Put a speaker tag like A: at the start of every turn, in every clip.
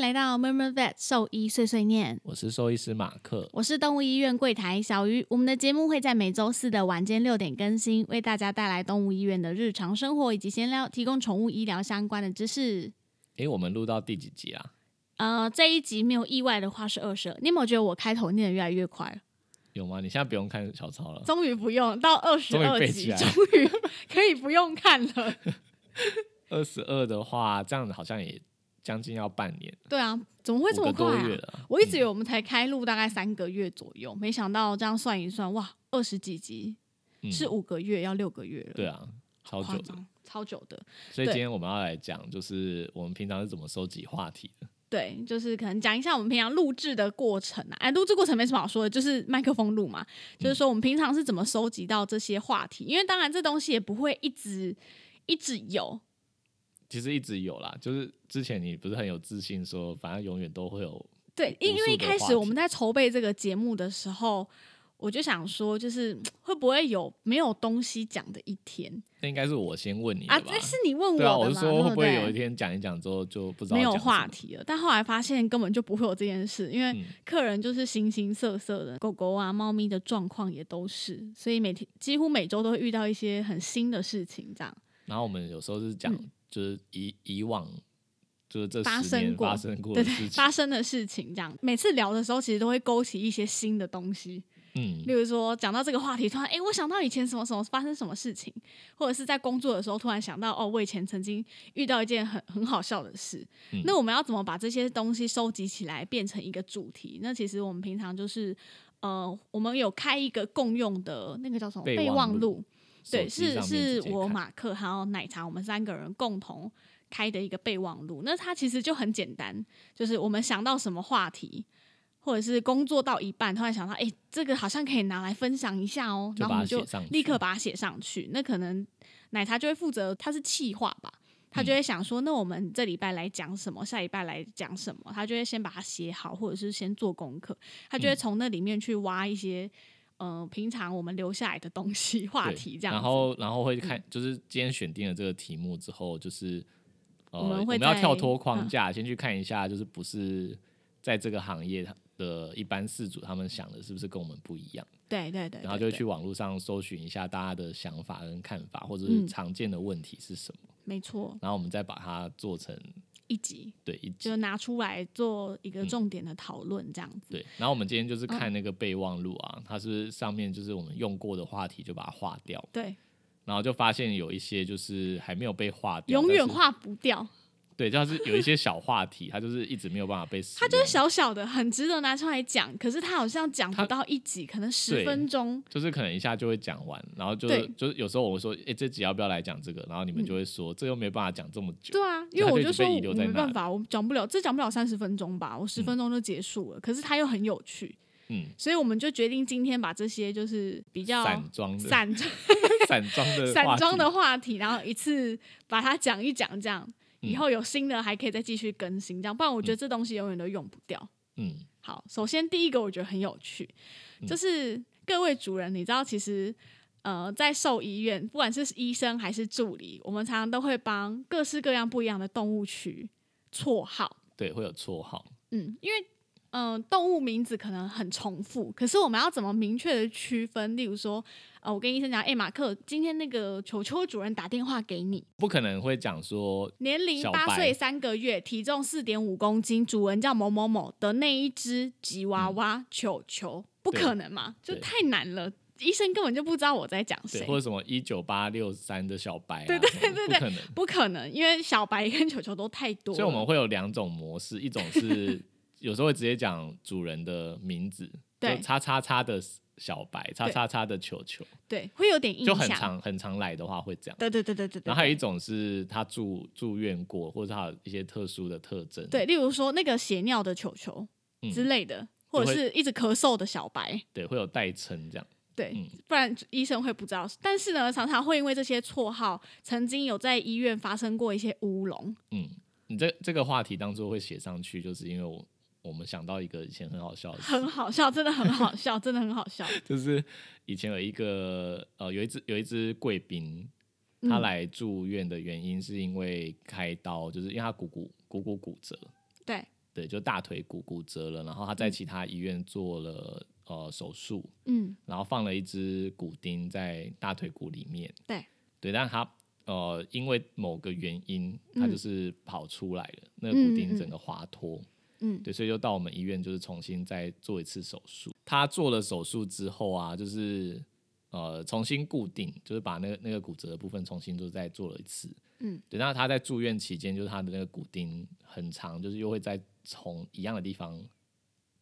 A: 来到 Murmur Vet 兽医碎碎念，
B: 我是兽医师马克。
A: 我是动物医院柜台小鱼。我们的节目会在每周四的晚间六点更新，为大家带来动物医院的日常生活以及闲聊，提供宠物医疗相关的知识。
B: 诶，我们录到第几集啊？
A: 呃，这一集没有意外的话是二十二。你有没有觉得我开头念的越来越快了？
B: 有吗？你现在不用看小抄了。
A: 终于不用到二十
B: 终于
A: 二
B: 背
A: 集，
B: 起来
A: 终于可以不用看了。
B: 二十二的话，这样子好像也将近要半年，
A: 对啊，怎么会这
B: 五
A: 么
B: 个
A: 快、
B: 多
A: 啊
B: 月？了啊。
A: 我一直以为我们才开录大概三个月左右，没想到这样算一算，哇，二十几集
B: 嗯
A: 是五个月，要六个月了，
B: 对啊，超
A: 夸
B: 久的。
A: 张，超久的。
B: 所以
A: 对
B: 今天我们要来讲，就是我们平常是怎么收集话题的。
A: 对，就是可能讲一下我们平常录制的过程啊，哎，录制过程没什么好说的，就是麦克风录嘛，就是说我们平常是怎么收集到这些话
B: 嗯
A: 题，因为当然这东西也不会一直一直有，
B: 其实一直有啦，就是之前你不是很有自信说，反正永远都会有。
A: 对，因
B: 无
A: 因为
B: 数
A: 一
B: 的
A: 开
B: 话
A: 始我
B: 题
A: 们在筹备这个节目的时候，我就想说，就是嗯会不会有没有东西讲的一天
B: 那应该是我先问你的
A: 啊？
B: 吧
A: 这？是你问我
B: 对啊，我
A: 的
B: 是
A: 嘛？
B: 说会
A: 对
B: 不会有
A: 对？
B: 一天讲一讲之后就不知道
A: 没有
B: 讲什
A: 话
B: 么？
A: 题了，但后来发现根本就不会有这件事，因为
B: 嗯
A: 客人就是形形色色的，狗狗啊、猫咪的状况也都是，所以每天几乎每周都会遇到一些很新的事情，这样。
B: 然后我们有时候是讲，就是以以往就是这
A: 嗯发
B: 十
A: 生
B: 年
A: 过
B: 发生过
A: 对
B: 的
A: 对
B: 事，情
A: 发，生的事情这样，每次聊的时候，其实都会勾起一些新的东西。
B: 嗯
A: 例，如说，讲到这个话题，突然哎、诶我想到以前什么什么发生什么事情，或者是在工作的时候突然想到，哦，我以前曾经遇到一件很很好笑的事。
B: 嗯
A: 那我们要怎么把这些东西收集起来，变成一个主题？那其实我们平常就是，呃，我们有开一个共用的那个叫什么
B: 备忘
A: 忘
B: 录
A: 录，对，
B: 手机
A: 是
B: 上面
A: 是
B: 直接
A: 我
B: 看
A: 马克还有奶茶，我们三个人共同开的一个备忘录。那它其实就很简单，就是我们想到什么话题，或者是工作到一半，突然想到，哎、这个好像可以拿来分享一下哦，
B: 就
A: 然后我
B: 把
A: 们
B: 它
A: 就
B: 写上去
A: 立刻把它写上去。那可能奶茶就会负责，他是企划吧。他
B: 嗯
A: 就会想说，那我们这礼拜来讲什么，下礼拜来讲什么，他就会先把它写好，或者是先做功课，他就会
B: 嗯
A: 从那里面去挖一些，呃，平常我们留下来的东西、 话
B: 对
A: 题这样子。嗯
B: 然后然后会看，就是今天选定了这个题目之后，就是呃，
A: 我
B: 我
A: 们会
B: 要
A: 在
B: 跳脱
A: 嗯
B: 框架，先去看一下，就是不是在这个行业的一般事主他们想的是不是跟我们不一样，
A: 对对对，
B: 然后就
A: 对
B: 会
A: 对
B: 去网络上搜寻一下大家的想法跟看法，或者
A: 嗯
B: 是常见的问题是什么，
A: 没错，
B: 然后我们再把它做成
A: 一集
B: 对一集
A: 就拿出来做一
B: 嗯
A: 个重点的讨论，这样子。
B: 对，然后我们今天
A: 嗯
B: 就是看那个备忘录啊，它是不是上面就是我们用过的话题就把它划掉，
A: 对，
B: 然后就发现有一些就是还没有被划掉，
A: 永
B: 但
A: 远
B: 是
A: 化不掉，
B: 对，就是有一些小话题，它就是一直没有办法被使
A: 它
B: 用，
A: 就是小小的，很值得拿出来讲。可是它好像讲不
B: 它
A: 到一集，可能十
B: 对
A: 分钟。
B: 就是可能一下就会讲完，然后就
A: 对嗯
B: 就是有时候我说，哎、这集要不要来讲这个？然后你们就会说，这又没办法讲这么久，
A: 对啊，
B: 就
A: 因为
B: 它
A: 我
B: 就一
A: 就
B: 直
A: 说
B: 被
A: 我
B: 遗留在
A: 没
B: 那
A: 办
B: 里
A: 法，我讲不了，这讲不了三十分钟吧，我十分钟就结束了。可是它又很有趣，
B: 嗯，
A: 所以我们就决定今天把这些就是比较
B: 散装的
A: 散装
B: 散装 的话
A: 散装的话题，
B: 题
A: 然后一次把它讲一讲，这样
B: 嗯
A: 以后有新的还可以再继续更新，这样不然我觉得这东西永远都用不掉。
B: 嗯，
A: 好，首先第一个我觉得很有趣，就是各位主人，你知道其实。呃，在兽医院，不管是医生还是助理，我们常常都会帮各式各样不一样的动物取绰号。
B: 对，会有绰号，
A: 嗯，因为嗯、呃动物名字可能很重复，可是我们要怎么明确的区分？例如说，呃，我跟医生讲，哎、马克，今天那个球球主人打电话给你，
B: 不可能会讲说
A: 年龄
B: 小白
A: 八岁三个月，体重四点五公斤，主人叫某某某的那一只吉娃娃球球，不
B: 嗯对
A: 可能嘛？就
B: 对
A: 太难了，医生根本就不知道我在讲
B: 对，
A: 谁
B: 或。者什么一九八六三的小白、啊，对对对
A: 对
B: 不可能。
A: 不可能，因为小白跟球球都太多了。
B: 所以我们会有两种模式，一种是 有时候会直接讲主人的名字，
A: 对
B: 就叉叉叉的小白，叉叉叉的球球，
A: 对会有点印
B: 就很
A: 象。
B: 常很常来的话会这样。
A: 对对对对对对。
B: 然后还有一种是他住住院过，或者他有一些特殊的特征，
A: 对，例如说那个血尿的球球
B: 嗯
A: 之类的，或者
B: 就是
A: 一直咳嗽的小白，
B: 对，会有代称这样。
A: 对，
B: 嗯
A: 不然医生会不知道。但是呢，常常会因为这些绰号，曾经有在医院发生过一些乌龙。
B: 嗯，你这这个话题当初会写上去，就是因为我我们想到一个以前很好笑的事，
A: 很好笑，真的很好笑，真的很好笑。
B: 就是以前有一个呃，有一只有一只贵宾，
A: 嗯
B: 他来住院的原因是因为开刀，就是因为他股骨股骨骨折，
A: 对，
B: 对，就大腿骨骨折了，然后他在其他医院做了、呃手术，
A: 嗯，
B: 然后放了一只骨钉在大腿骨里面，
A: 对
B: 对，但他呃因为某个原因，他就是跑出来了，那
A: 嗯
B: 个骨
A: 嗯
B: 钉
A: 嗯
B: 整个滑脱，
A: 嗯
B: 对，所以就到我们医院就是重新再做一次手术。他做了手术之后啊，就是呃重新固定，就是把那个那个骨折的部分重新就再做了一次。
A: 嗯，
B: 对。那他在住院期间，就是他的那个骨钉很长，就是又会再从一样的地方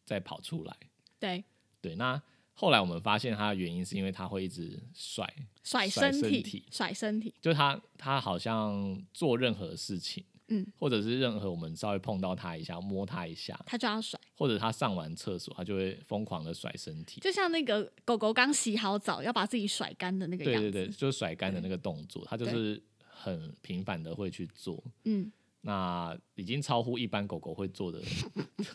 B: 再跑出来。
A: 对，
B: 对，那后来我们发现他的原因是因为他会一直甩，
A: 甩
B: 甩
A: 身
B: 身
A: 体
B: 体，
A: 甩身体，
B: 就他他好像做任何事情，
A: 嗯，
B: 或者是任何我们稍微碰到他一下，摸他一下，
A: 他就要甩，
B: 或者他上完厕所，他就会疯狂的甩身体。
A: 就像那个狗狗刚洗好澡要把自己甩干的那个
B: 对
A: 样
B: 对
A: 子，
B: 对，就是甩干的那个动作，他就
A: 对
B: 是很频繁的会去做。
A: 嗯，
B: 那已经超乎一般狗狗会做 的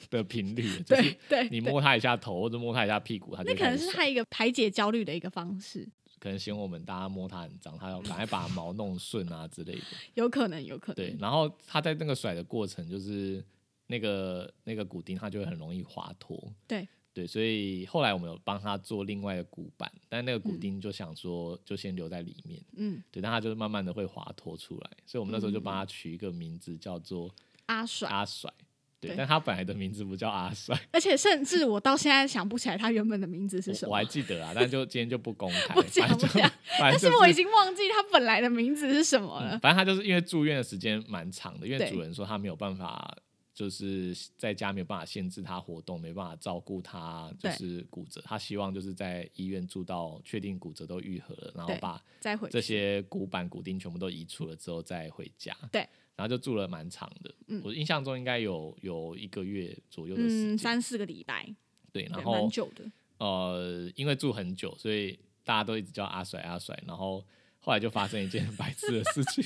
B: 的频率了，就
A: 对
B: 是
A: 对，
B: 你
A: 对
B: 摸它一下头或者摸它一下屁股，它就
A: 那可能
B: 开始
A: 是
B: 甩
A: 他一个排解焦虑的一个方式，
B: 可能嫌我们大家摸它很脏，它要赶快把毛弄顺啊之类的。
A: 有可能，有可能，
B: 对，然后它在那个甩的过程，就是那个那个骨钉它就会很容易滑脱。
A: 对
B: 对，所以后来我们有帮它做另外的骨板，但那个骨钉就想说就先留在里面。
A: 嗯，
B: 对，但它就是慢慢的会滑脱出来，所以我们那时候就帮它取一个名字叫做
A: 阿嗯甩，
B: 阿甩。对，
A: 对
B: 但它本来的名字不叫阿甩，
A: 而且甚至我到现在想不起来他原本的名字是什
B: 我
A: 么
B: 我还。记得啊，但就今天就不公 开，
A: 不讲
B: 反正
A: 不
B: 就
A: 讲
B: 反
A: 但
B: 正
A: 是
B: 就
A: 我已经忘记他本来的名字是什么了
B: 嗯。反正他就是因为住院的时间蛮长的，因为
A: 对
B: 主人说他没有办法，就是在家没有办法限制他活动，没办法照顾他，就
A: 对
B: 是骨折。他希望就是在医院住到确定骨折都愈合了，然后
A: 对
B: 把
A: 再回去
B: 这些骨板、骨钉全部都移除了之后再回家。
A: 对。
B: 然后就住了蛮长的，
A: 嗯
B: 我印象中应该有有一个月左右的时
A: 嗯
B: 间。
A: 三四个礼拜，
B: 对，然
A: 对
B: 后
A: 蛮久的。
B: 呃，因为住很久，所以大家都一直叫阿甩阿甩。然后后来就发生一件 很白痴的事情，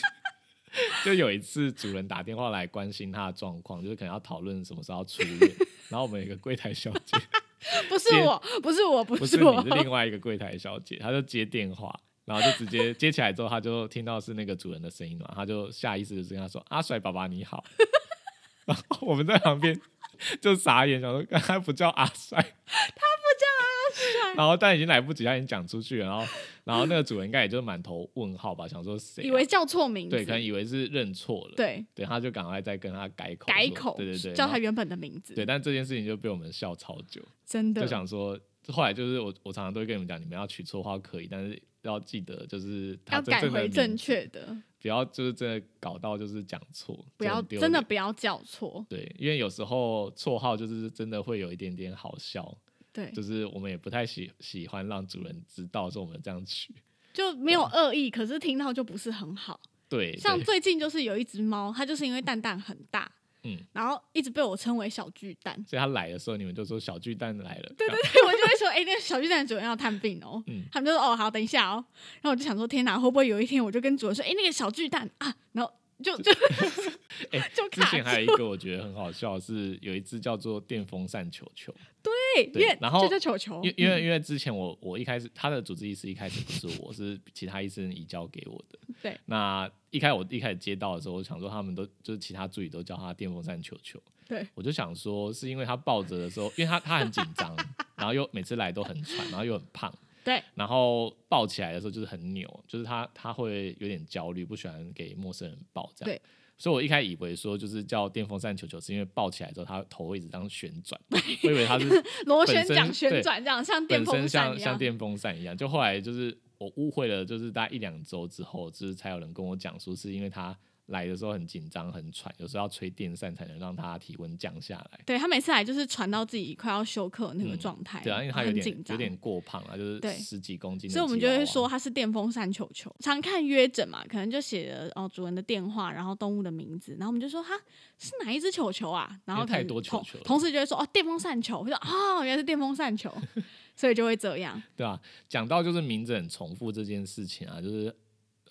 B: 就有一次主人打电话来关心他的状况，就是可能要讨论什么时候要出院。然后我们有一个柜台小姐，
A: 不是
B: 接
A: 我，不是我，不
B: 不是你，
A: 我
B: 是，另外一个柜台小姐，她就接电话。然后就直接接起来之后，她就听到是那个主人的声音嘛，她就下意识就是跟他说：“阿甩爸爸你好。” 然后我们在旁边就傻眼，想说刚才不叫阿甩，然后但已经来不及，他已经讲出去了。然后，然后那个主人应该也就是满头问号吧，想说谁啊、
A: 以为叫错名字，
B: 对，可能以为是认错了，
A: 对
B: 对，他就赶快再跟他改口说，
A: 改口，
B: 对对对，
A: 叫
B: 然后
A: 他原本的名字，
B: 对，但这件事情就被我们笑超久，
A: 真
B: 就
A: 的，
B: 想说，后来就是我我常常都会跟你们讲，你们要取绰号可以，但是要记得就是他
A: 要
B: 真
A: 改
B: 正的
A: 回
B: 名
A: 正
B: 字，
A: 确的，
B: 不要就是真的搞到就是讲错，
A: 不要
B: 很丢
A: 真的
B: 脸
A: 不要叫错，
B: 对，因为有时候绰号就是真的会有一点点好笑，
A: 对，
B: 就是我们也不太喜喜欢让主人知道说我们这样取。
A: 就没有恶意，可是听到就不是很好。
B: 对，
A: 像
B: 啊对
A: 最近就是有一只猫，它就是因为蛋蛋很大，
B: 嗯，
A: 然后一直被我称为小巨蛋，
B: 所以他来的时候，你们就说小巨蛋来了。对
A: 对我就会说，哎、那个小巨蛋的主人要探病哦。
B: 嗯
A: 他们就说，哦，好，等一下哦。然后我就想说，天哪，会不会有一天我就跟主人说，哎、那个小巨蛋啊，然后就 就、
B: 哎
A: 就
B: 之
A: 卡
B: 前还有一
A: 住，
B: 个我觉得很好笑的是，有一只叫做电风扇球球，
A: 对，
B: 对
A: 因为
B: 然后
A: 就叫球球，
B: 因因为因为之前我我一开始他的主治医师一开始不是我，是其他医生移交给我的。
A: 对，
B: 那一开始我一开始接到的时候，我想说他们都就是其他助理都叫他电风扇球球，
A: 嗯对
B: 我就想说是因为他抱着的时候，因为他他很紧张，然后又每次来都很喘，然后又很胖，
A: 对
B: 然后抱起来的时候就是很扭，就是他他会有点焦虑，不喜欢给陌生人抱这样。
A: 对
B: 所以我一开始以为说就是叫电风扇球球，是因为抱起来之后他头会一直这样旋转，我以为他是
A: 螺旋桨
B: 本身
A: 旋转这样，像电
B: 本
A: 风扇
B: 身像
A: 一
B: 像
A: 样。
B: 电风扇一样。就后来就是我误会了，就是大概一两周之后，就是才有人跟我讲说是因为他来的时候很紧张很喘，有时候要吹电扇才能让他体温降下来。
A: 对他每次来就是传到自己快要休克那个状态、
B: 对啊，因为他有
A: 很
B: 点
A: 紧
B: 有
A: 张。
B: 点啊过胖啊，就是
A: 对
B: 十几公斤的
A: 所以我们
B: 吉
A: 就
B: 娃
A: 会
B: 娃
A: 说它是电风扇球球。常看约诊嘛，可能就写了哦主人的电话，然后动物的名字，然后我们就说哈是哪一只球球啊？然后
B: 因为太
A: 可能
B: 多球
A: 同
B: 球了
A: 同事就会说哦电风扇球，我就说哦原来是电风扇 球，所以就会这样。
B: 对啊，讲到就是名字很重复这件事情啊，就是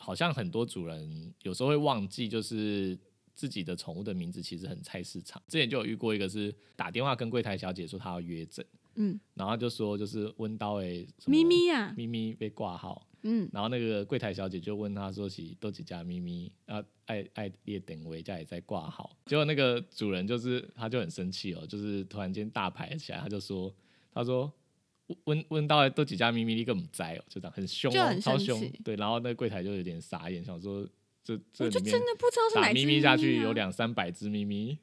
B: 好像很多主人有时候会忘记，就是自己的宠物的名字其实很菜市场。之前就有遇过一个是打电话跟柜台小姐说她要约诊，
A: 嗯，
B: 然后就说就是温刀诶，什么
A: 咪咪呀、啊
B: 咪咪被挂号，
A: 嗯，
B: 然后那个柜台小姐就问他说是豆几家咪咪啊，爱爱列等维家也在挂号。结果那个主人就是他就很生气哦，就是突然间大牌起来，他就说他说问问到豆几家咪咪你个唔在哦，就这样很凶、
A: 就
B: 哦，
A: 很
B: 超
A: 生
B: 凶
A: 气。
B: 对，然后那个柜台就有点傻眼，想说这这
A: 我就
B: 里
A: 真
B: 面
A: 的不知道是哪
B: 打
A: 只
B: 咪咪下去
A: 啊
B: 有两三百只咪咪，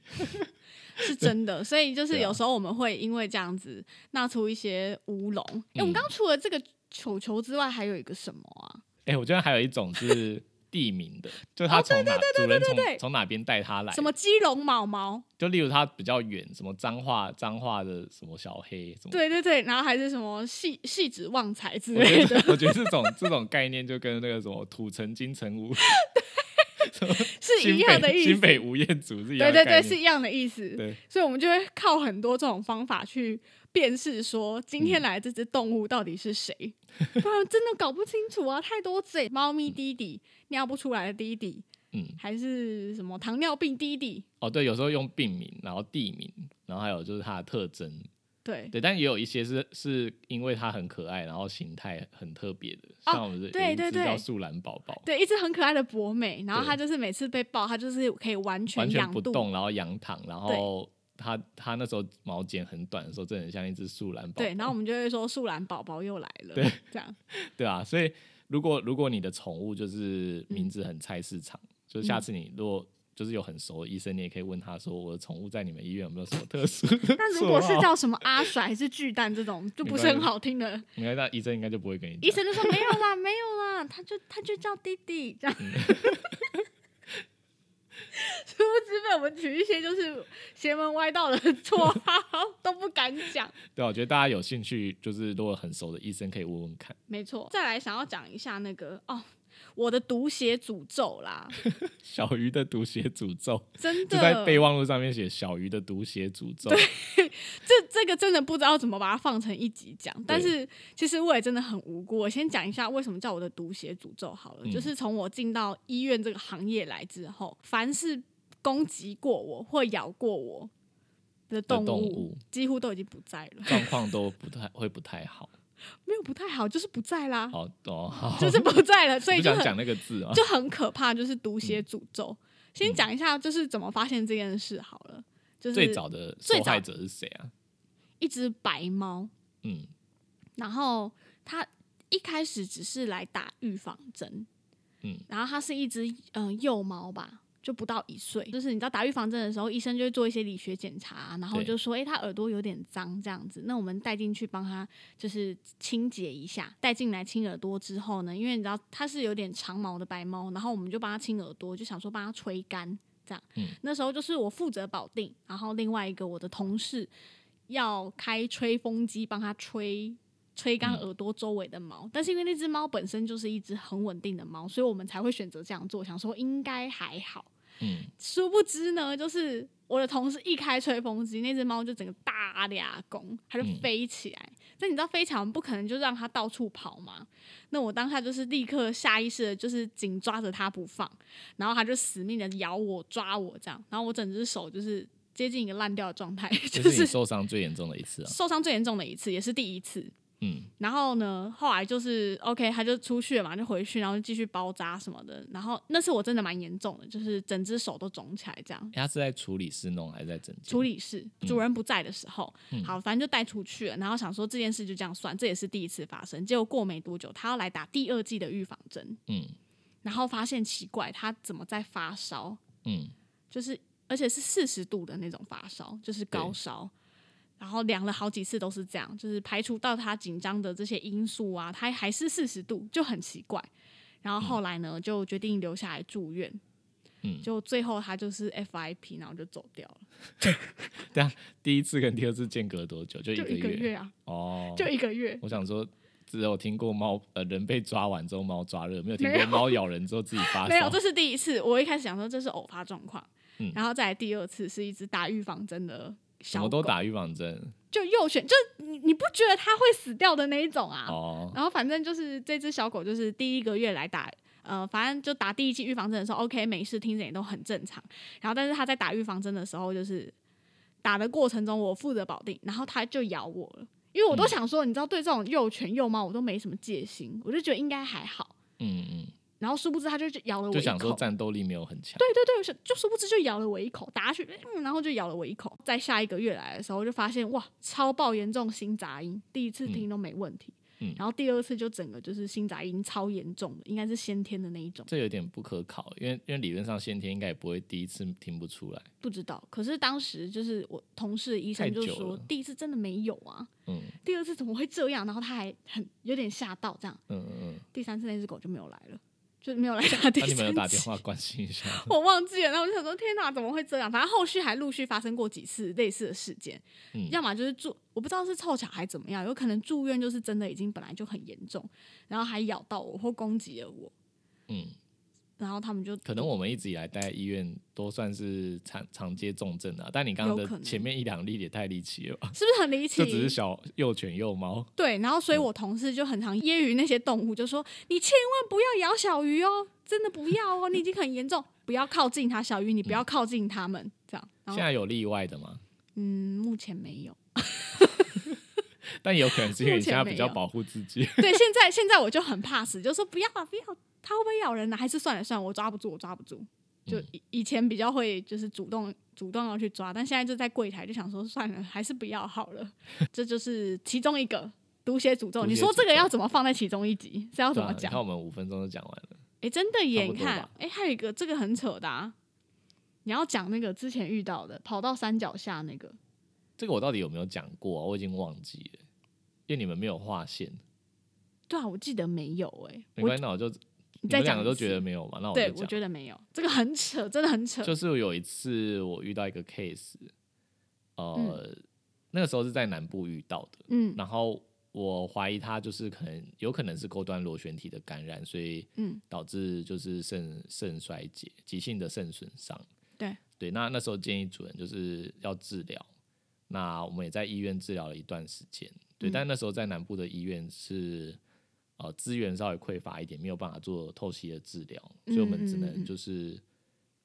A: 是真的，所以就是
B: 对啊
A: 有时候我们会因为这样子闹出一些乌龙。哎、我们
B: 嗯
A: 刚刚除了这个球球之外，还有一个什么啊？
B: 哎、我觉得还有一种是地名的，就是他从哪、主人
A: 哦对对
B: 从从哪边带他来，
A: 什么基隆毛毛？
B: 就例如他比较远，什么彰化彰化的什么小黑什么，
A: 对对对，然后还是什么细细指旺财之
B: 我觉
A: 类
B: 得
A: 的，
B: 这我觉得这种这种概念就跟那个什么土城金城武
A: 是
B: 新
A: 一样的
B: 北
A: 意
B: 新
A: 思。
B: 北吴彦祖是
A: 对
B: 一
A: 对
B: 样
A: 对，
B: 的概念，
A: 是一样的意思。
B: 对
A: 所以我们就会靠很多这种方法去辨识，说今
B: 嗯
A: 天来这只动物到底是谁，不然真的搞不清楚啊！太多嘴，猫咪弟弟、尿不出来的弟弟，
B: 嗯
A: 还是什么糖尿病弟弟？
B: 哦对，有时候用病名，然后地名，然后还有就是它的特征，
A: 对，
B: 对，但也有一些是是因为它很可爱，然后形态很特别的，
A: 哦
B: 像我们的
A: 对
B: 有一
A: 对
B: 只
A: 对
B: 叫树懒宝宝，
A: 对，一只很可爱的博美，然后
B: 对
A: 它就是每次被抱，它就是可以完
B: 完
A: 全
B: 全
A: 养
B: 不
A: 肚，
B: 动，然后仰躺，然后它它那时候毛剪很短的时候，真的很像一只树懒宝宝，
A: 对，然后我们就会说树懒宝宝又来了，
B: 对，
A: 这 样
B: 对啊，所以如果如果你的宠物就是
A: 嗯
B: 名字很菜市场，就是下次你如果就是有很熟的医生，你也可以问他说，我的宠物在你们医院有没有什么特殊的
A: 但如果是
B: 绰号
A: 叫什么阿甩还是巨蛋这种，就
B: 没
A: 不是
B: 关
A: 很
B: 系
A: 好听的。
B: 应该那医生应该就不会跟你
A: 医生
B: 讲。
A: 就说没有啦，没有啦，他就他就叫弟弟这样。
B: 嗯
A: 殊不知被我们取一些就是邪门歪道的绰号都不敢讲。
B: 对啊，我觉得大家有兴趣，就是如果很熟的医生可以问问看。
A: 没错，再来想要讲一下那个哦，我的毒血诅咒啦，
B: 小鱼的毒血诅咒，
A: 真
B: 就在
A: 的，
B: 备忘录上面写小鱼的毒血诅咒。
A: 这这个真的不知道怎么把它放成一集讲，但是其实我也真的很无辜。我先讲一下为什么叫我的毒血诅咒好了，
B: 嗯
A: 就是从我进到医院这个行业来之后，凡是攻击过我或咬过我的动物，
B: 动物
A: 几乎都已经不在了，
B: 状况都不太会不太好。
A: 没有不太好，就是不在啦，
B: 好哦，好，
A: 就是不在了，所
B: 我
A: 以
B: 不
A: 就
B: 想
A: 很
B: 讲那个嗯字啊。
A: 就很可怕，就是毒血诅咒。先讲一下就是怎么发现这件事好了，就是
B: 最早的受
A: 最早
B: 害者是谁啊？
A: 一只白猫，
B: 嗯，
A: 然后它一开始只是来打预防针，
B: 嗯，
A: 然后它是一只嗯、呃幼猫吧，就不到一岁，就是你知道打预防针的时候，医生就会做一些理学检查，然后
B: 对
A: 就说，诶，它耳朵有点脏这样子，那我们带进去帮它就是清洁一下，带进来清耳朵之后呢，因为你知道它是有点长毛的白猫，然后我们就帮它清耳朵，就想说帮它吹干。这样，
B: 嗯
A: 那时候就是我负责保定，然后另外一个我的同事要开吹风机帮它吹吹干
B: 嗯
A: 耳朵周围的毛，但是因为那只猫本身就是一只很稳定的猫，所以我们才会选择这样做，想说应该还好。
B: 嗯，
A: 殊不知呢，就是我的同事一开吹风机，那只猫就整个大俩拱，它就
B: 嗯
A: 飞起来。但你知道飞起来，我们不可能就让它到处跑嘛。那我当下就是立刻下意识的，就是紧抓着它不放，然后它就死命的咬我、抓我这样，然后我整只手就是接近一个烂掉的状态，
B: 这
A: 就是
B: 你
A: 是
B: 受伤最严重的一次啊。
A: 受伤最严重的一次，也是第一次。
B: 嗯，
A: 然后呢，后来就是 OK，他就出去了嘛，就回去，然后就继续包扎什么的。然后那次我真的蛮严重的，就是整只手都肿起来这样。
B: 欸他是在处理室弄还是在整间
A: 处？理室主人不在的时候，好，反正就带出去了。然后想说这件事就这样算，这也是第一次发生。结果过没多久，他要来打第二剂的预防针，
B: 嗯
A: 然后发现奇怪，他怎么在发烧？
B: 嗯，
A: 就是而且是四十度的那种发烧，就是高
B: 对
A: 烧。然后量了好几次都是这样，就是排除到他紧张的这些因素啊，他还是四十度，就很奇怪。然后后来呢，就决定留下来住院。
B: 嗯
A: 就最后他就是 FIP，然后就走掉了，
B: 第一次跟第二次间隔多久？就一
A: 就
B: 个
A: 一个月啊，
B: 哦。
A: 就一个月。
B: 我想说，只有听过猫呃人被抓完之后猫抓热，没有听
A: 没
B: 过
A: 有
B: 猫咬人之后自己发
A: 没有，
B: 烧
A: 这。是第一次。我一开始想说这是偶发状况，
B: 嗯
A: 然后再来第二次是一只打预防针的
B: 什
A: 小
B: 么
A: 狗，
B: 都打预防针
A: 就幼犬，就你你不觉得它会死掉的那一种啊？
B: 哦，
A: 然后反正就是这只小狗，就是第一个月来打，呃，反正就打第一剂预防针的时候，OK，没事，听着也都很正常。然后，但是它在打预防针的时候，就是打的过程中，我负责保定，然后它就咬我了。因为我
B: 嗯
A: 都想说，你知道，对这种幼犬、幼猫我都没什么戒心，我就觉得应该还好。
B: 嗯嗯，
A: 然后殊不知，它就咬了我
B: 就
A: 一
B: 想说
A: 口。
B: 战斗力没有很强，
A: 对对对，我想就殊不知就咬了我一口，打下去，嗯，然后就咬了我一口。在下一个月来的时候，我就发现哇，超爆严重心杂音，第一次听都没问题，
B: 嗯
A: 然后第二次就整个就是心杂音超严重的，应该是先天的那一种，
B: 这有点不可考，因为因为理论上先天应该也不会第一次听不出来，
A: 不知道。可是当时就是我同事的医生
B: 太
A: 就
B: 久
A: 说
B: 了，
A: 第一次真的没有啊，
B: 嗯
A: 第二次怎么会这样？然后他还很有点吓到这样，
B: 嗯嗯 嗯。
A: 第三次那只狗就没有来了，就没有 来打第
B: 那、你们有
A: 三
B: 打
A: 次
B: 电。话关心一下 吗？
A: 我忘记了，然后我就想说，天哪，怎么会这样？反正后续还陆续发生过几次类似的事件，
B: 嗯
A: 要么就是住，我不知道是凑巧还怎么样，有可能住院就是真的已经本来就很严重，然后还咬到我或攻击了我，
B: 嗯，
A: 然后他们就
B: 可能我们一直以来待在医院都算是常常接重症啊，但你刚刚
A: 有可
B: 的
A: 能
B: 前面一两例也太离奇 了吧？
A: 是不是很离奇
B: 就？只是小幼犬幼猫，
A: 对，然后所以我同事就很常揶揄那些动物，就说你千万不要咬小鱼哦，真的不要哦，你已经很严重，不要靠近它，小鱼你不
B: 嗯
A: 要靠近它们，这样。然
B: 现
A: 后
B: 在有例外的吗？
A: 嗯，目前没有。
B: 但也有可能是因为
A: 目
B: 你
A: 前
B: 现在比较
A: 没有
B: 保护自己，
A: 对，现在现在我就很怕死，就说不要啊，不要，它会不会咬人呢、还是算了算了，我抓不住，我抓不住。就
B: 嗯
A: 以以前比较会就是主动主动要去抓，但现在就在柜台就想说算了，还是不要好 了。这就是其中一个毒血诅咒。
B: 毒
A: 你
B: 血
A: 说这
B: 诅
A: 个
B: 咒
A: 要怎么放在其中一集？是要 怎
B: 对啊
A: 么
B: 你
A: 讲？
B: 看我们五分钟就讲完了，
A: 哎、真的耶！
B: 差不
A: 你
B: 多
A: 看
B: 吧，
A: 哎、还有一个这个很扯的、啊，你要讲那个之前遇到的跑到山脚下那个，
B: 这个我到底有没有讲过啊、我已经忘记了，因为你们没有划线，
A: 对啊，我记得没有哎、
B: 没
A: 我
B: 关系，那我就
A: 你
B: 你
A: 再
B: 们
A: 讲一
B: 两个都
A: 次
B: 觉得没有嘛，那我
A: 对
B: 就
A: 我
B: 讲。
A: 觉得没有，这个很扯，真的很扯。
B: 就是有一次我遇到一个 case，呃，那个时候是在南部遇到的，
A: 嗯
B: 然后我怀疑他就是可能有可能是钩端螺旋体的感染，所以
A: 嗯
B: 导致就是肾肾衰竭、急性的肾损伤。
A: 对
B: 对，那那时候建议主人就是要治疗，那我们也在医院治疗了一段时间。对，
A: 嗯
B: 但那时候在南部的医院是呃资源稍微匮乏一点，没有办法做透析的治疗，所以我们只
A: 嗯嗯嗯
B: 能就是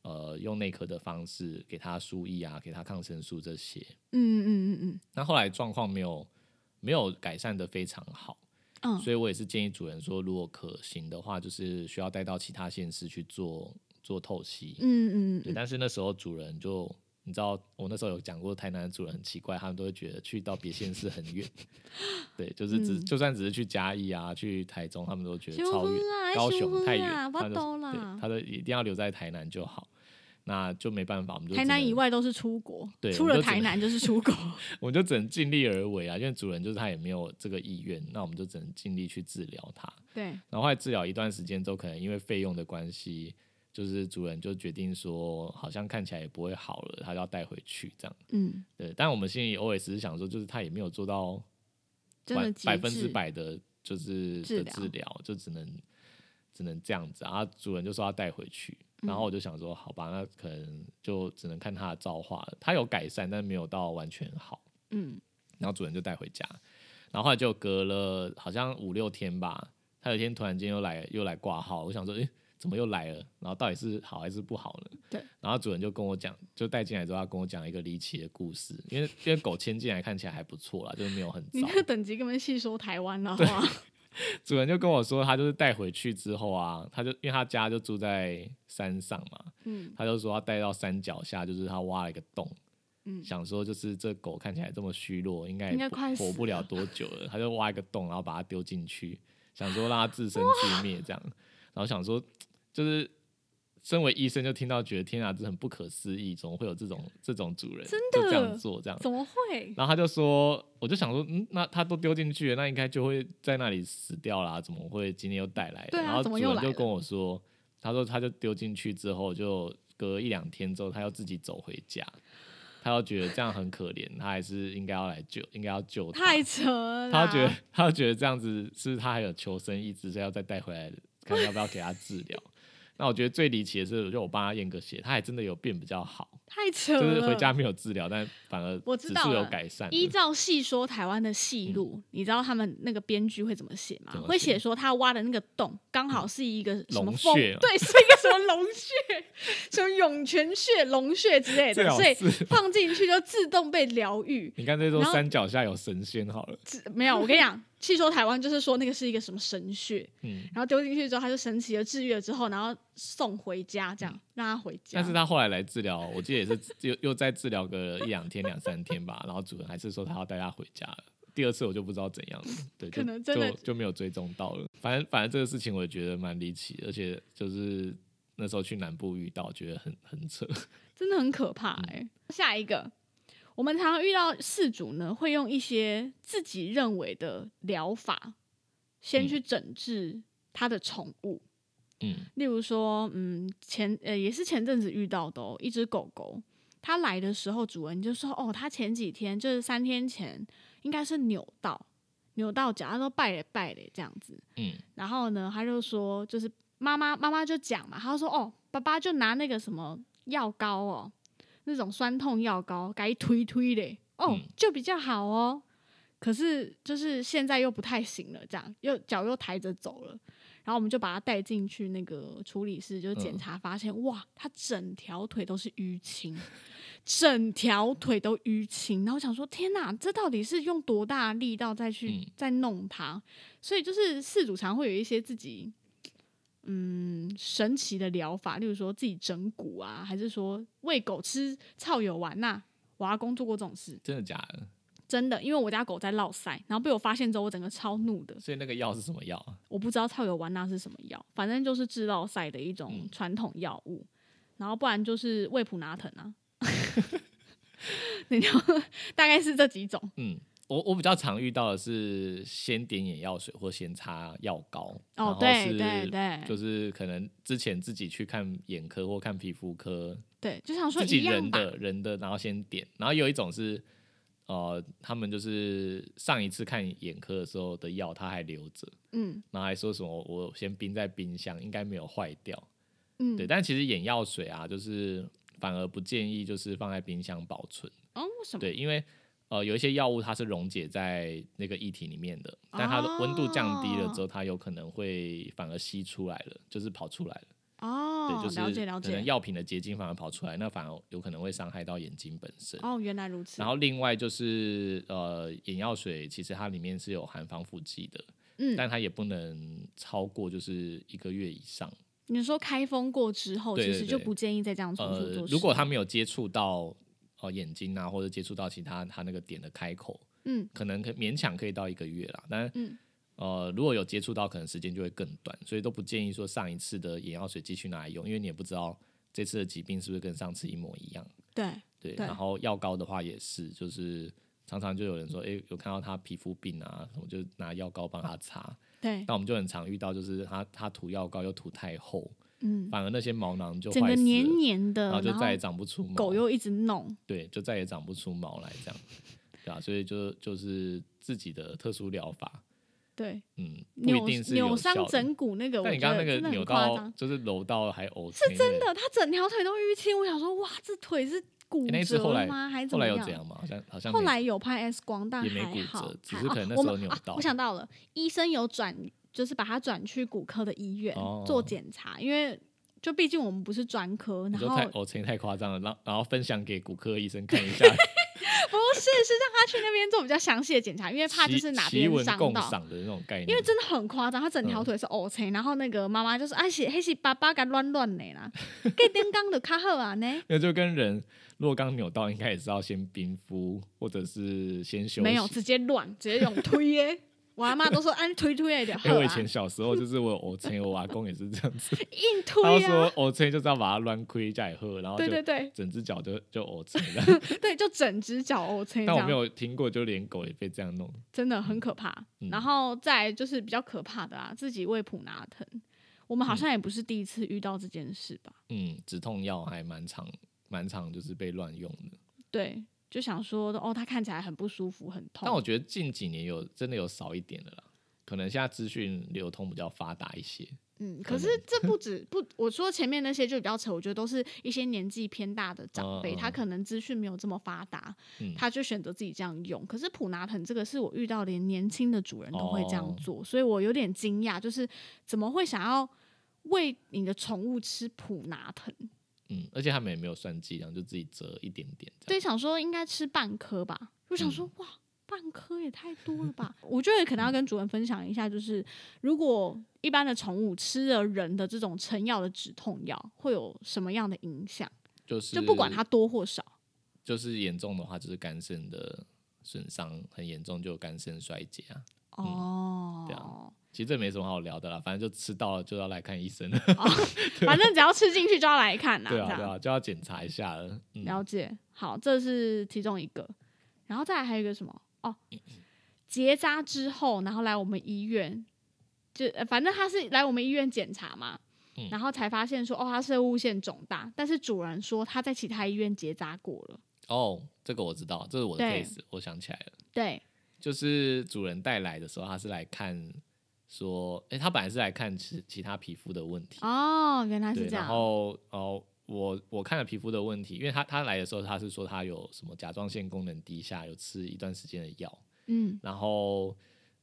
B: 呃用内科的方式给他输液啊，给他抗生素这些。
A: 嗯嗯嗯嗯
B: 那后来状况没有没有改善的非常好，
A: 嗯
B: 所以我也是建议主人说，如果可行的话，就是需要带到其他县市去做做透析。
A: 嗯嗯嗯，
B: 对，但是那时候主人就你知道，我那时候有讲过，台南的主人很奇怪，他们都会觉得去到别县市很 远，对，就是只、
A: 嗯
B: 就算只是去嘉义啊，去台中，他们都觉得
A: 幸
B: 超
A: 福
B: 远，
A: 啦，
B: 高
A: 幸
B: 雄
A: 福
B: 太
A: 啦
B: 远，
A: 啊我
B: 他就
A: 懂
B: 对
A: 啦，
B: 他就一定要留在台南就好。那就没办法，我们就
A: 台
B: 只
A: 南
B: 能
A: 以外都是出国，
B: 对
A: 除
B: 我们
A: 了
B: 就只
A: 台
B: 能
A: 南就是出 国。
B: 我们就只能尽力而为啊，因为主人就是他也没有这个意愿，那我们就只能尽力去治疗他。
A: 对，
B: 然后后来治疗一段时间之后，可能因为费用的关系，就是主人就决定说，好像看起来也不会好了，他就要带回去这样。
A: 嗯，
B: 对，但我们心里 always 是想说，就是他也没有做到
A: 真的
B: 百
A: 极
B: 百分之
A: 致
B: 百的，就是
A: 治
B: 的
A: 疗
B: 治疗，就只能只能这样子啊。主人就说要带回去，
A: 嗯
B: 然后我就想说，好吧，那可能就只能看他的造化了。他有改善，但没有到完全好。
A: 嗯，
B: 然后主人就带回家，然后后来就隔了好像五六天吧，他有一天突然间又来又来挂号，我想说，诶，怎么又来了？然后到底是好还是不好呢？
A: 对。
B: 然后主人就跟我讲，就带进来之后，他跟我讲一个离奇的故事，因为因为狗牵进来看起来还不错啦，就是没有很
A: 你
B: 糟
A: 那。个等级根本细说台湾的话，
B: 主人就跟我说，他就是带回去之后啊，他就因为他家就住在山上嘛，
A: 嗯
B: 他就说他带到山脚下，就是他挖了一个洞，
A: 嗯
B: 想说就是这狗看起来这么虚弱，应该
A: 应该
B: 也
A: 快
B: 不
A: 死
B: 活不了多久 了，他就挖一个洞，然后把它丢进去，想说让它自生自灭这样，然后想说就是。身为医生，就听到觉得天啊，这很不可思议，怎么会有这种这种主人
A: 真
B: 就这
A: 的
B: 样做这样？
A: 怎么会？
B: 然后他就说，我就想说，嗯，那他都丢进去了，那应该就会在那里死掉啦，怎么会今天又带来了？
A: 对啊
B: 然后
A: 怎
B: 主
A: 么又
B: 人
A: 来
B: 就
A: 了
B: 跟我说，他说他就丢进去之后，就隔一两天之后，他要自己走回家，他要觉得这样很可怜，他还是应该要来救，应该要救他
A: 太，扯了啦，
B: 他觉得他觉得这样子是他还有求生意志，所以要再带回来，看要不要给他治疗。那我觉得最离奇的是，就我帮他验个血，他还真的有变比较好。
A: 太扯
B: 就
A: 了。
B: 是回家没有治疗，但反而
A: 我知
B: 指
A: 道
B: 数有
A: 了
B: 改善的。嗯
A: 依照戏说台湾的戏路，你知道他们那个编剧会怎么写吗
B: 怎？么
A: 会
B: 写嗯
A: 写说他挖的那个洞刚好是一个什么
B: 龙
A: 风，
B: 穴啊
A: 对，是一个什么龙穴、 什么涌泉穴、龙穴之类
B: 最
A: 的，
B: 好
A: 所以
B: 是
A: 放进去就自动被疗愈。
B: 你干脆说
A: 然后
B: 山脚下有神仙好了。
A: 只没有，我跟你讲，戏说台湾就是说那个是一个什么神穴，
B: 嗯，
A: 然后丢进去之后他就神奇的治愈了之后，然后送回家，这样让他回家。
B: 嗯但是他后来来治疗，我记得也是又又再治疗个一两天、两三天吧，然后主人还是说他要带他回家了。第二次我就不知道怎样了，对，就
A: 可能真的
B: 就就没有追踪到了。反正反正这个事情我也觉得蛮离奇的，而且就是那时候去南部遇到，觉得很很扯。
A: 真的很可怕哎、下一个，我们常常遇到事主呢，会用一些自己认为的疗法，先
B: 嗯
A: 去整治他的宠物。
B: 嗯
A: 例如说，嗯，前呃也是前阵子遇到的哦，一只狗狗，它来的时候，主人就说，哦，它前几天就是三天前，应该是扭到扭到脚，它都拜嘞拜嘞这样子。
B: 嗯
A: 然后呢，他就说，就是妈妈妈妈就讲嘛，他就说哦，爸爸就拿那个什么药膏哦，那种酸痛药膏，该推推嘞，哦，
B: 嗯
A: 就比较好哦。可是就是现在又不太行了，这样又脚又抬着走了。然后我们就把它带进去那个处理室，就检查，发现、哇，它整条腿都是淤青，整条腿都淤青。然后我想说，天哪，这到底是用多大的力道再去、
B: 嗯
A: 再弄它？所以就是事主常会有一些自己嗯神奇的疗法，例如说自己整骨啊，还是说喂狗吃草油丸呐、我阿公做过这种事，
B: 真的假的？
A: 真的，因为我家狗在落塞，然后被我发现之后，我整个超怒的。
B: 所以那个药是什么药啊？
A: 我不知道草油丸那是什么药，反正就是治落塞的一种
B: 嗯
A: 传统药物，然后不然就是胃普拿疼啊。 你就大概是这几种，
B: 嗯，我我比较常遇到的是先点眼药水或先擦药膏，然
A: 哦
B: 后，
A: 对
B: 是
A: 对对，
B: 就是可能之前自己去看眼科或看皮肤科，
A: 对，就想说
B: 自己
A: 一
B: 人
A: 样吧，
B: 的人的，然后先点，然后有一种是，呃，他们就是上一次看眼科的时候的药他还留着，
A: 嗯
B: 然后还说什么我先冰在冰箱，应该没有坏掉，
A: 嗯，
B: 对，但其实眼药水啊，就是反而不建议就是放在冰箱保存。
A: 哦，为什么？
B: 对，因为呃有一些药物它是溶解在那个液体里面的，但它的温度降低
A: 哦
B: 了之后，它有可能会反而吸出来了，就是跑出来了。
A: 哦，
B: 对，就是
A: 了解了
B: 可能
A: 解。
B: 药品的结晶反而跑出来，那反而有可能会伤害到眼睛本身。
A: 哦，原来如此。
B: 然后另外就是呃眼药水其实它里面是有含防腐剂的，
A: 嗯，
B: 但它也不能超过就是一个月以上。
A: 你说开封过之后，
B: 对
A: 其
B: 对
A: 实就
B: 对
A: 不建议再这样嗯重复
B: 呃
A: 做，事。
B: 如果它没有接触到呃眼睛啊，或者接触到其他它那个点的开口，
A: 嗯
B: 可能可勉强可以到一个月啦，但
A: 嗯
B: 呃，如果有接触到，可能时间就会更短，所以都不建议说上一次的眼药水继续拿来用，因为你也不知道这次的疾病是不是跟上次一模一样。
A: 对，
B: 对，
A: 对
B: 然后药膏的话也是，就是常常就有人说，诶，有看到他皮肤病啊，我就拿药膏帮他擦。
A: 对，
B: 那我们就很常遇到，就是他他涂药膏又涂太厚，
A: 嗯，
B: 反而那些毛囊就
A: 整
B: 坏
A: 个
B: 死
A: 黏
B: 了，
A: 黏的，
B: 然后就再也长不出毛。
A: 狗又一直弄，
B: 对，就再也长不出毛来这样，对啊，所以就就是自己的特殊疗法，
A: 对，
B: 嗯，不一
A: 扭
B: 定是
A: 扭
B: 有效
A: 伤
B: 的。
A: 整骨那个，我
B: 但你
A: 觉
B: 刚
A: 得
B: 刚那
A: 真
B: 个
A: 的
B: 扭
A: 很夸
B: 到
A: 张。
B: 就是揉到还呕，是真
A: 真。的，它整条腿都淤青，我想说，哇，这腿是骨
B: 那一次后
A: 折
B: 来
A: 吗？还是
B: 后
A: 怎么
B: 来有
A: 样？
B: 怎样吗？好像好像
A: 后
B: 没
A: 来有拍 X 光，但
B: 也没骨
A: 还
B: 折
A: 好，
B: 只
A: 还
B: 是
A: 好
B: 可能那
A: 我
B: 时候
A: 们
B: 扭到
A: 啊。我想到了，医生有转，就是把他转去骨科的医院、
B: 哦
A: 做检查，因为就毕竟我们不是专科，
B: 你
A: 然
B: 说
A: 后
B: 太呕成太夸张了，然后然后分享给骨科医生看一下奇，
A: 不是是让他去那边做比较详细的检查，因为怕就是哪
B: 奇
A: 边
B: 闻
A: 伤
B: 共
A: 到。
B: 赏的那种概念。
A: 因为真的很夸张，他整
B: 嗯
A: 条腿是 O C，、然后那个妈妈就说：“啊，是黑是爸爸给乱乱的啦，给灯刚的卡好啊 呢。
B: 那就跟人如果刚扭到，应该也是要先冰敷或者是先”休息。
A: 没有，直接乱，直接用推耶。我阿妈都说：“按推推的就
B: 因
A: 好
B: 为我以
A: 啊
B: 前，小时候就是我呕成，我阿公也是这样 子，
A: 硬
B: 他
A: 推
B: 说
A: 啊。
B: 呕成就是要把它乱亏加以喝，然”后就
A: 对对对，
B: 整只脚就就呕 成了。
A: 对，就整只脚 O C 这
B: 但我没
A: 样，
B: 有听过，就连狗也被这样弄。
A: 真的很可怕。
B: 嗯
A: 然后再来就是比较可怕的啊，自己喂普拿疼，我们好像也不是第一次遇到这件事吧？
B: 嗯，止痛药还蛮常蛮常就是被乱用的。
A: 对，就想说哦，他看起来很不舒服，很痛。
B: 但我觉得近几年有真的有少一点的啦，可能现在资讯流通比较发达一些。
A: 嗯，
B: 可
A: 可
B: 能
A: 是这不止不，我说前面那些就比较扯，我觉得都是一些年纪偏大的长辈，
B: 嗯嗯
A: 他可能资讯没有这么发达，
B: 嗯
A: 他就选择自己这样用。可是普拿藤这个是我遇到连年轻的主人都会这样
B: 哦
A: 做，所以我有点惊讶，就是怎么会想要喂你的宠物吃普拿藤？
B: 嗯，而且他们也没有算计，然后就自己折一点点这
A: 对，
B: 样。
A: 想说应该吃半颗吧。我想
B: 嗯
A: 说，哇，半颗也太多了 吧？我觉得可能要跟主人分享一下，就是如果一般的宠物吃了人的这种成药的止痛药，会有什么样的影响？
B: 就是
A: 就不管它，多或少，
B: 就是严重的话就是肝肾的损伤很严重，就有肝肾衰竭啊。嗯对啊
A: 哦，
B: 其实这没什么好聊的啦，反正就吃到了就要来看医生了，
A: 反正只要吃进去就要来看呐、
B: 对
A: 这
B: 啊
A: 样
B: 对啊，就要检查一下了。嗯，
A: 了解。好，这是其中一个，然后再来还有一个什么哦，
B: 嗯
A: 结扎之后，然后来我们医院，就、呃反正他是来我们医院检查嘛，
B: 嗯
A: 然后才发现说哦，他是诬陷肿大，但是主人说他在其他医院结扎过了，
B: 哦，这个我知道，这是我的
A: 对
B: case，我想起来了，
A: 对，
B: 就是主人带来的时候，他是来看说，诶，他本来是来看其其他皮肤的问题，
A: 哦，原来
B: 对，
A: 是这
B: 然
A: 样，
B: 后哦，我我看了皮肤的问题，因为他他来的时候，他是说他有什么甲状腺功能低下，有吃一段时间的药，
A: 嗯，
B: 然后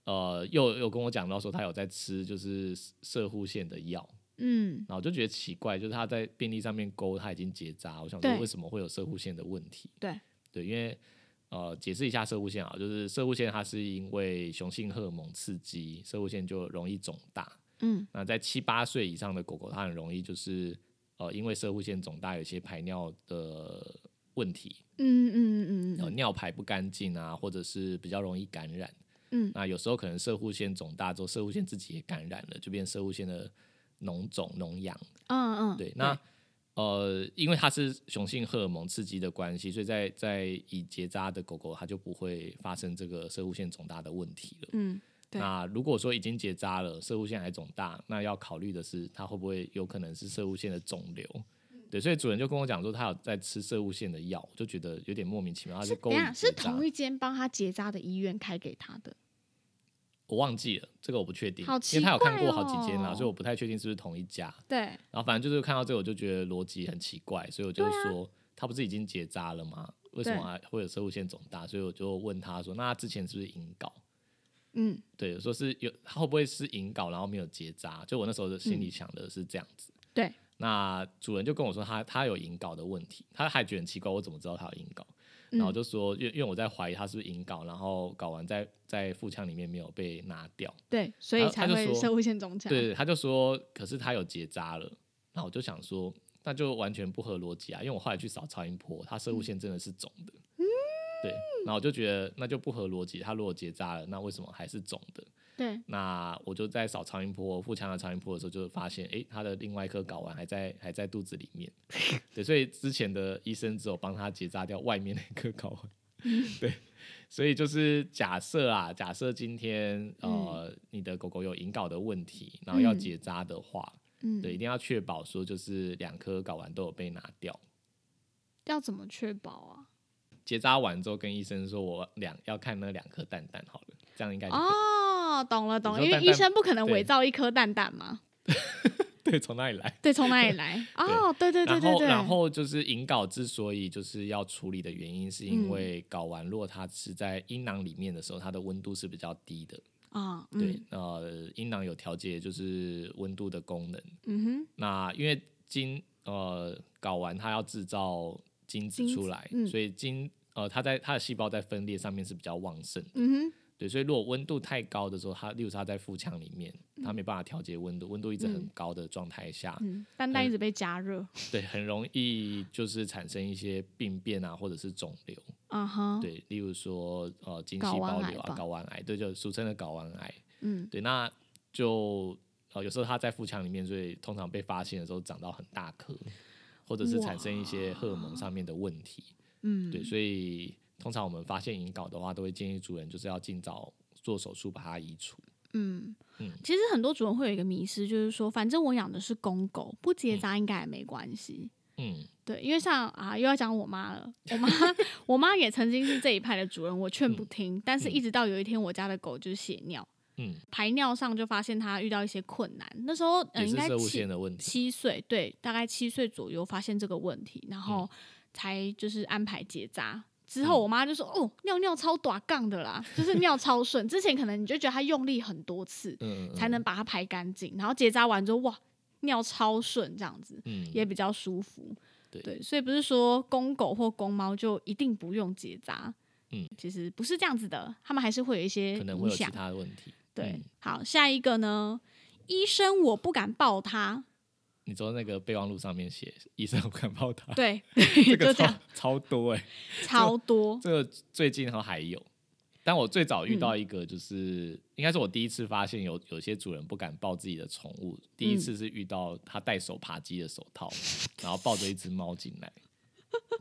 B: 呃，又有跟我讲到说他有在吃就是射护线的药，
A: 嗯，
B: 然后我就觉得奇怪，就是他在病历上面勾他已经结扎，我想说
A: 对
B: 为什么会有射护线的问题？
A: 对
B: 对，因为呃，解释一下射护线啊，就是射护线它是因为雄性荷尔蒙刺激，射护线就容易肿大，
A: 嗯，
B: 那在七八岁以上的狗狗，它很容易就是呃，因为射护腺肿大，有一些排尿的问题，
A: 嗯嗯嗯
B: 然后
A: 嗯
B: 尿排不干净啊，或者是比较容易感染。
A: 嗯
B: 那有时候可能射护腺肿大之后，射护腺自己也感染了，就变射护腺的脓肿、脓疡。
A: 嗯嗯，
B: 对，那呃，因为它是雄性荷尔蒙刺激的关系，所以在在已结扎的狗狗，它就不会发生这个射护腺肿大的问题了。
A: 嗯对
B: 那如果说已经结扎了，射物腺还肿大，那要考虑的是它会不会有可能是射物腺的肿瘤。
A: 嗯
B: 对，所以主人就跟我讲说，他有在吃射物腺的药，我就觉得有点莫名其妙。他
A: 是
B: 勾
A: 等一下
B: 引
A: 是
B: 结扎
A: 同，一间帮他结扎的医院开给他的，
B: 我忘记了，这个我不确定，
A: 好
B: 因为他有看
A: 奇怪
B: 过好几间啦，
A: 哦
B: 所以我不太确定是不是同一家。
A: 对，
B: 然后反正就是看到这个，我就觉得逻辑很奇怪，所以我就
A: 啊
B: 说，他不是已经结扎了吗？为什么还会有射物腺肿大？所以我就问他说，那他之前是不是引睾？
A: 嗯
B: 对，说是有他会不会是引睾，然后没有结扎？就我那时候的心里想的是这样子。
A: 对，
B: 那主人就跟我说他他有引睾的问题，他还觉得很奇怪，我怎么知道他有引睾？然后我就说，因为因为我在怀疑他是不是引睾，然后睾丸在在腹腔里面没有被拿掉。
A: 对，所
B: 他
A: 以
B: 他
A: 才
B: 就
A: 会
B: 说
A: 社会线中奖，
B: 对，他就说，可是他有结扎了。那我就想说，那就完全不合逻辑啊，因为我后来去扫超音波，他射物线真的是肿的。对，然后我就觉得那就不合逻辑，他如果结扎了，那为什么还是肿的？
A: 对
B: 那我就在扫超音波腹腔的超音波的时候，就发现，诶，他的另外一颗睾丸还在还在肚子 里面。对，所以之前的医生只有帮他结扎掉外面那颗睾丸。 对，所以就是假设啊，假设今天呃、你的狗狗有引睾的问题，然后要
A: 嗯
B: 结扎的话，
A: 嗯，
B: 对，一定要确保说就是两颗睾丸都有被拿掉。
A: 要怎么确保啊？
B: 结扎完之后跟医生说，我两要看那两颗蛋蛋好了，这样应该就可以
A: 哦，懂了懂了，
B: 你
A: 因
B: 说
A: 为
B: 蛋
A: 医
B: 蛋
A: 生不可能
B: 对
A: 伪造一颗蛋蛋嘛，
B: 对，从那里来。
A: 对，从哪里 来？哦，对对对
B: 然
A: 对
B: 后，
A: 对，
B: 然后就是引睾之所以就是要处理的原因，是
A: 嗯
B: 因为睾丸若它是在阴囊里面的时候，它的温度是比较低的。
A: 啊，
B: 对
A: 嗯，
B: 呃，阴囊有调节就是温度的功能。
A: 嗯哼，
B: 那因为精呃睾丸它要制造精子
A: 精
B: 出
A: 子
B: 来，
A: 嗯
B: 所以精呃它在它的细胞在分裂上面是比较旺盛的。
A: 嗯哼，
B: 对，所以如果温度太高的时候，它例如它在腹腔里面，它没办法调节温度，温度一直很
A: 嗯
B: 高的状态下，
A: 嗯，蛋蛋一直被加热，
B: 对，很容易就是产生一些病变啊，或者是肿瘤。
A: 啊哈，
B: 对，例如说呃，精细
A: 睾丸
B: 胞
A: 癌
B: 瘤啊
A: 吧，
B: 睾丸癌，对，就俗称的睾丸癌。
A: 嗯
B: 对，那就呃，有时候它在腹腔里面，所以通常被发现的时候长到很大颗，或者是产生一些荷尔蒙上面的问题。
A: 嗯，
B: 对，所以通常我们发现引睾的话，都会建议主人就是要尽早做手术把它移除。
A: 嗯
B: 嗯。
A: 其实很多主人会有一个迷失，就是说，反正我养的是公狗，不结扎应该也没关系。
B: 嗯，
A: 对，因为像啊，又要讲我妈了，我 妈我妈也曾经是这一派的主人，我劝不听，但是一直到有一天我家的狗就是血尿，
B: 嗯，
A: 排尿上就发现他遇到一些困难。那时候
B: 也
A: 嗯，应
B: 是
A: 该
B: 射物
A: 七
B: 线的问题。
A: 七岁，对，大概七岁左右发现这个问题，然后才就是安排结扎。之后，
B: 嗯
A: 我妈就说：“哦，尿尿超短杠的啦，就是尿超顺。之前可能你就觉得她用力很多次，
B: 嗯，嗯
A: 才能把它排干净。然后结扎完之后，哇，尿超顺，这样子
B: 嗯
A: 也比较舒服。
B: 对
A: 所以不是说公狗或公猫就一定不用结扎。
B: 嗯，
A: 其实不是这样子的，它们还是会有一些
B: 可能会
A: 影
B: 有其
A: 响。
B: 他的问题。
A: 对，
B: 嗯
A: 好，下一个呢？医生，我不敢抱它。
B: 你说那个备忘录上面写医生不敢抱他，
A: 对，
B: 这
A: 就
B: 个
A: 这
B: 超
A: 样，
B: 超多哎、
A: 超多。
B: 这个最近好像还有，但我最早遇到
A: 嗯
B: 一个就是，应该是我第一次发现有有些主人不敢抱自己的宠物，第一次
A: 嗯
B: 是遇到他戴手扒鸡的手套，然后抱着一只猫进来，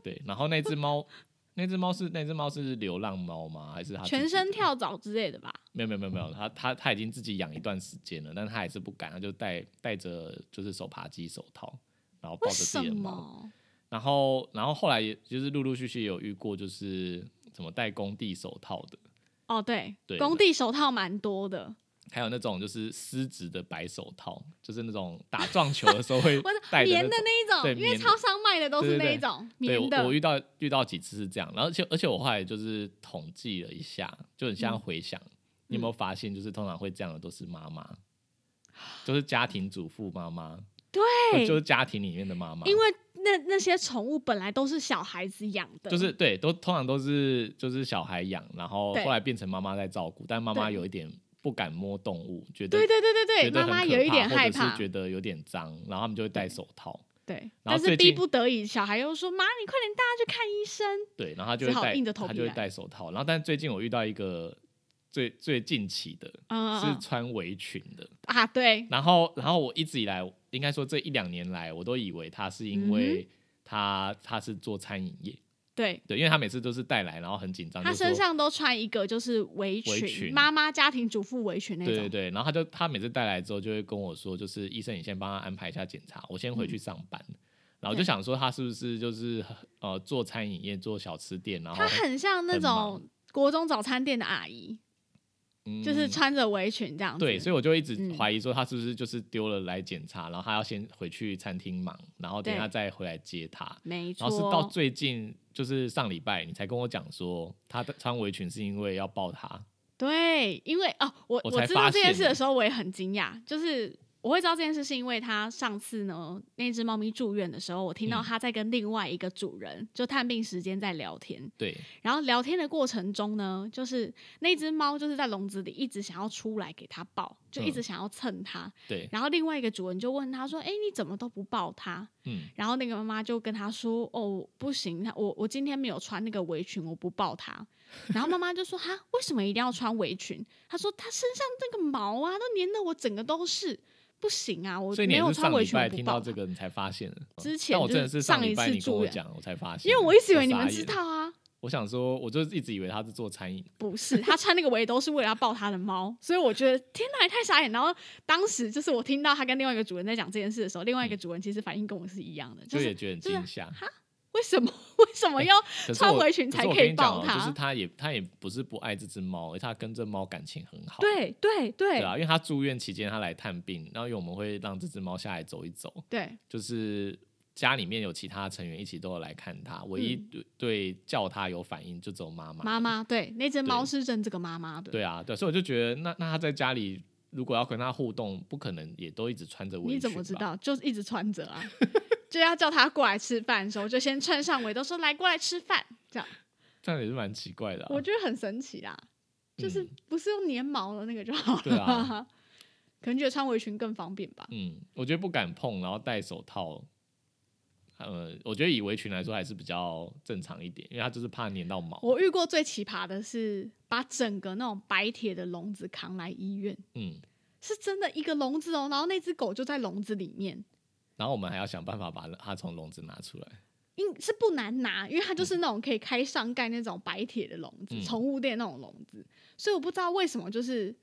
B: 对，然后那只猫。那只猫是那只猫是流浪猫吗？还是它自己的
A: 全身？跳蚤之类的吧，
B: 没有没有没有没有，它它它已经自己养一段时间了，但它还是不敢，它就戴戴着就是手扒鸡手套，然后抱
A: 为
B: 着自
A: 什
B: 己的猫。
A: 么？
B: 然后，然后后来也就是陆陆续续有遇过，就是什么戴工地手套的，
A: 哦，对，
B: 对
A: 工地手套蛮多的，
B: 还有那种就是丝质的白手套，就是那种打撞球的时候 会
A: 我是
B: 戴
A: 棉
B: 的
A: 的
B: 那种。
A: 那一种，因
B: 对
A: 为
B: 棉的
A: 超商卖的都是
B: 对对
A: 那
B: 对
A: 一种
B: 对，
A: 棉的。
B: 我我遇到遇到几次是这样，然后而且而且我后来就是统计了一下，就很
A: 嗯
B: 像回想，你有没有发现，就是通常会这样的都是妈妈，就是家庭主妇妈妈，
A: 对，
B: 就是家庭里面的妈妈，
A: 因为那那些宠物本来都是小孩子养的，
B: 就是对，都通常都是就是小孩养，然后
A: 对
B: 后来变成妈妈在照顾，但妈妈
A: 对
B: 有一点不敢摸动物，觉得
A: 对对对对对，
B: 觉得
A: 妈
B: 很
A: 妈
B: 可
A: 有一
B: 怕
A: 点
B: 或
A: 害
B: 者是
A: 怕，
B: 觉得有点脏，然后他们就会戴手套，
A: 对，
B: 然
A: 但
B: 后
A: 是
B: 最
A: 逼
B: 近
A: 不得已，小孩又说妈，你快点带他去看医生。
B: 对，然后他就
A: 只
B: 会
A: 好
B: 戴
A: 硬着头
B: 他
A: 皮
B: 就会
A: 来
B: 戴手套，然后但最近我遇到一个最最近期的
A: 嗯
B: 是
A: 嗯
B: 穿围裙的，
A: 嗯啊，对，
B: 然后然后我一直以来应该说这一两年来，我都以为他是
A: 嗯
B: 因为他、他是做餐饮业，
A: 对。
B: 对，因为他每次都是带来，然后很紧张，
A: 他
B: 就说
A: 身上都穿一个就是围
B: 啊围
A: 裙，
B: 裙
A: 妈妈家庭主妇围裙那
B: 对
A: 种。
B: 对对，然后他就他每次带来之后就会跟我说，就是医生，你先帮他安排一下检查，我先回去上班。然后就
A: 嗯对
B: 想说他是不是就是呃做餐饮业、做小吃店，然后
A: 他很像那
B: 很忙
A: 种国中早餐店的阿姨，
B: 嗯
A: 就是穿着围裙这样子。
B: 对，所以我就一直
A: 嗯
B: 怀疑说他是不是就是丢了来检查，然后他要先回去餐厅忙，然后等一下
A: 对
B: 再回来接他。
A: 没错。
B: 然后是到最近，就是上礼拜你才跟我讲说，他的穿围裙是因为要抱他，
A: 对，因为哦，我
B: 我
A: 我
B: 才
A: 知道
B: 发
A: 这件
B: 现
A: 事的
B: 的
A: 时候，我也很惊讶，就是我会知道这件事，是因为他上次呢，那只猫咪住院的时候，我听到
B: 嗯
A: 他在跟另外一个主人、就探病时间在聊天，
B: 对，
A: 然后聊天的过程中呢，就是那只猫就是在笼子里一直想要出来给它抱，就一
B: 嗯
A: 直想要蹭它，
B: 对，
A: 然后另外一个主人就问他说：“哎，你怎么都不抱它？”
B: 嗯，
A: 然后那个妈妈就跟他说：“哦，不行，他我我今天没有穿那个围裙，我不抱他。”然后妈妈就说：“哈，为什么一定要穿围裙？”他说：“他身上那个毛啊，都粘的我整个都是，不行啊，我
B: 所以
A: 没
B: 你也
A: 有
B: 是
A: 穿
B: 上
A: 围
B: 礼
A: 裙，
B: 拜
A: 我不
B: 听
A: 抱
B: 到
A: 它
B: 这个你才发现的。嗯
A: 之前
B: 但我真的
A: 就是上一
B: 礼拜
A: 次
B: 你跟
A: 住
B: 我
A: 院
B: 讲，我才发现，
A: 因为我一直以
B: 我
A: 为你
B: 傻
A: 们知
B: 眼。
A: 道啊，
B: 我想说，我就一直以为他是做餐饮，
A: 不是，他穿那个围都是为了要抱他的猫，所以我觉得天哪，也太傻眼。然后当时就是我听到他跟另外一个主人在讲这件事的时候，另外一个主人其实反应跟我是一样的，就
B: 嗯就也哎
A: 是
B: 觉得很
A: 就是
B: 惊吓。
A: 为什么 为什么要
B: 可是
A: 穿
B: 我
A: 围裙才
B: 可是我
A: 可以
B: 跟你讲
A: 抱
B: 哦
A: 它
B: 就是他也他也不是不爱这只猫，而且他跟这猫感情很好。
A: 对对
B: 对
A: 对
B: 啊，因为他住院期间他来探病，然后因为我们会让这只猫下来走一走，
A: 对
B: 就是家里面有其他成员一起都有来看它，唯一
A: 嗯
B: 对对叫它有反应就只有妈妈。
A: 妈妈对那只猫
B: 对
A: 是认这个妈妈的，
B: 对啊，对，所以我就觉得那那他在家里如果要跟它互动，不可能也都一直穿着围裙。
A: 你怎么知？道？就一直穿着 啊，就要叫他过来吃饭的时候，就先穿上围兜说来过来吃饭，这样
B: 这样也是蛮奇怪的、啊。
A: 我觉得很神奇啦，就是
B: 嗯
A: 不是用粘毛的那个就好了，
B: 对啊
A: 可能觉得穿围裙更方便吧。
B: 嗯，我觉得不敢碰，然后戴手套。呃，我觉得以围裙来说还是比较正常一点，因为它就是怕粘到毛。
A: 我遇过最奇葩的是把整个那种白铁的笼子扛来医院，
B: 嗯，
A: 是真的一个笼子哦，然后那只狗就在笼子里面。
B: 然后我们还要想办法把它从笼子拿出来。
A: 应是不难拿，因为它就是那种可以开上盖那种白铁的笼子，
B: 嗯
A: 宠、物店那种笼子，所以我不知道为什么就是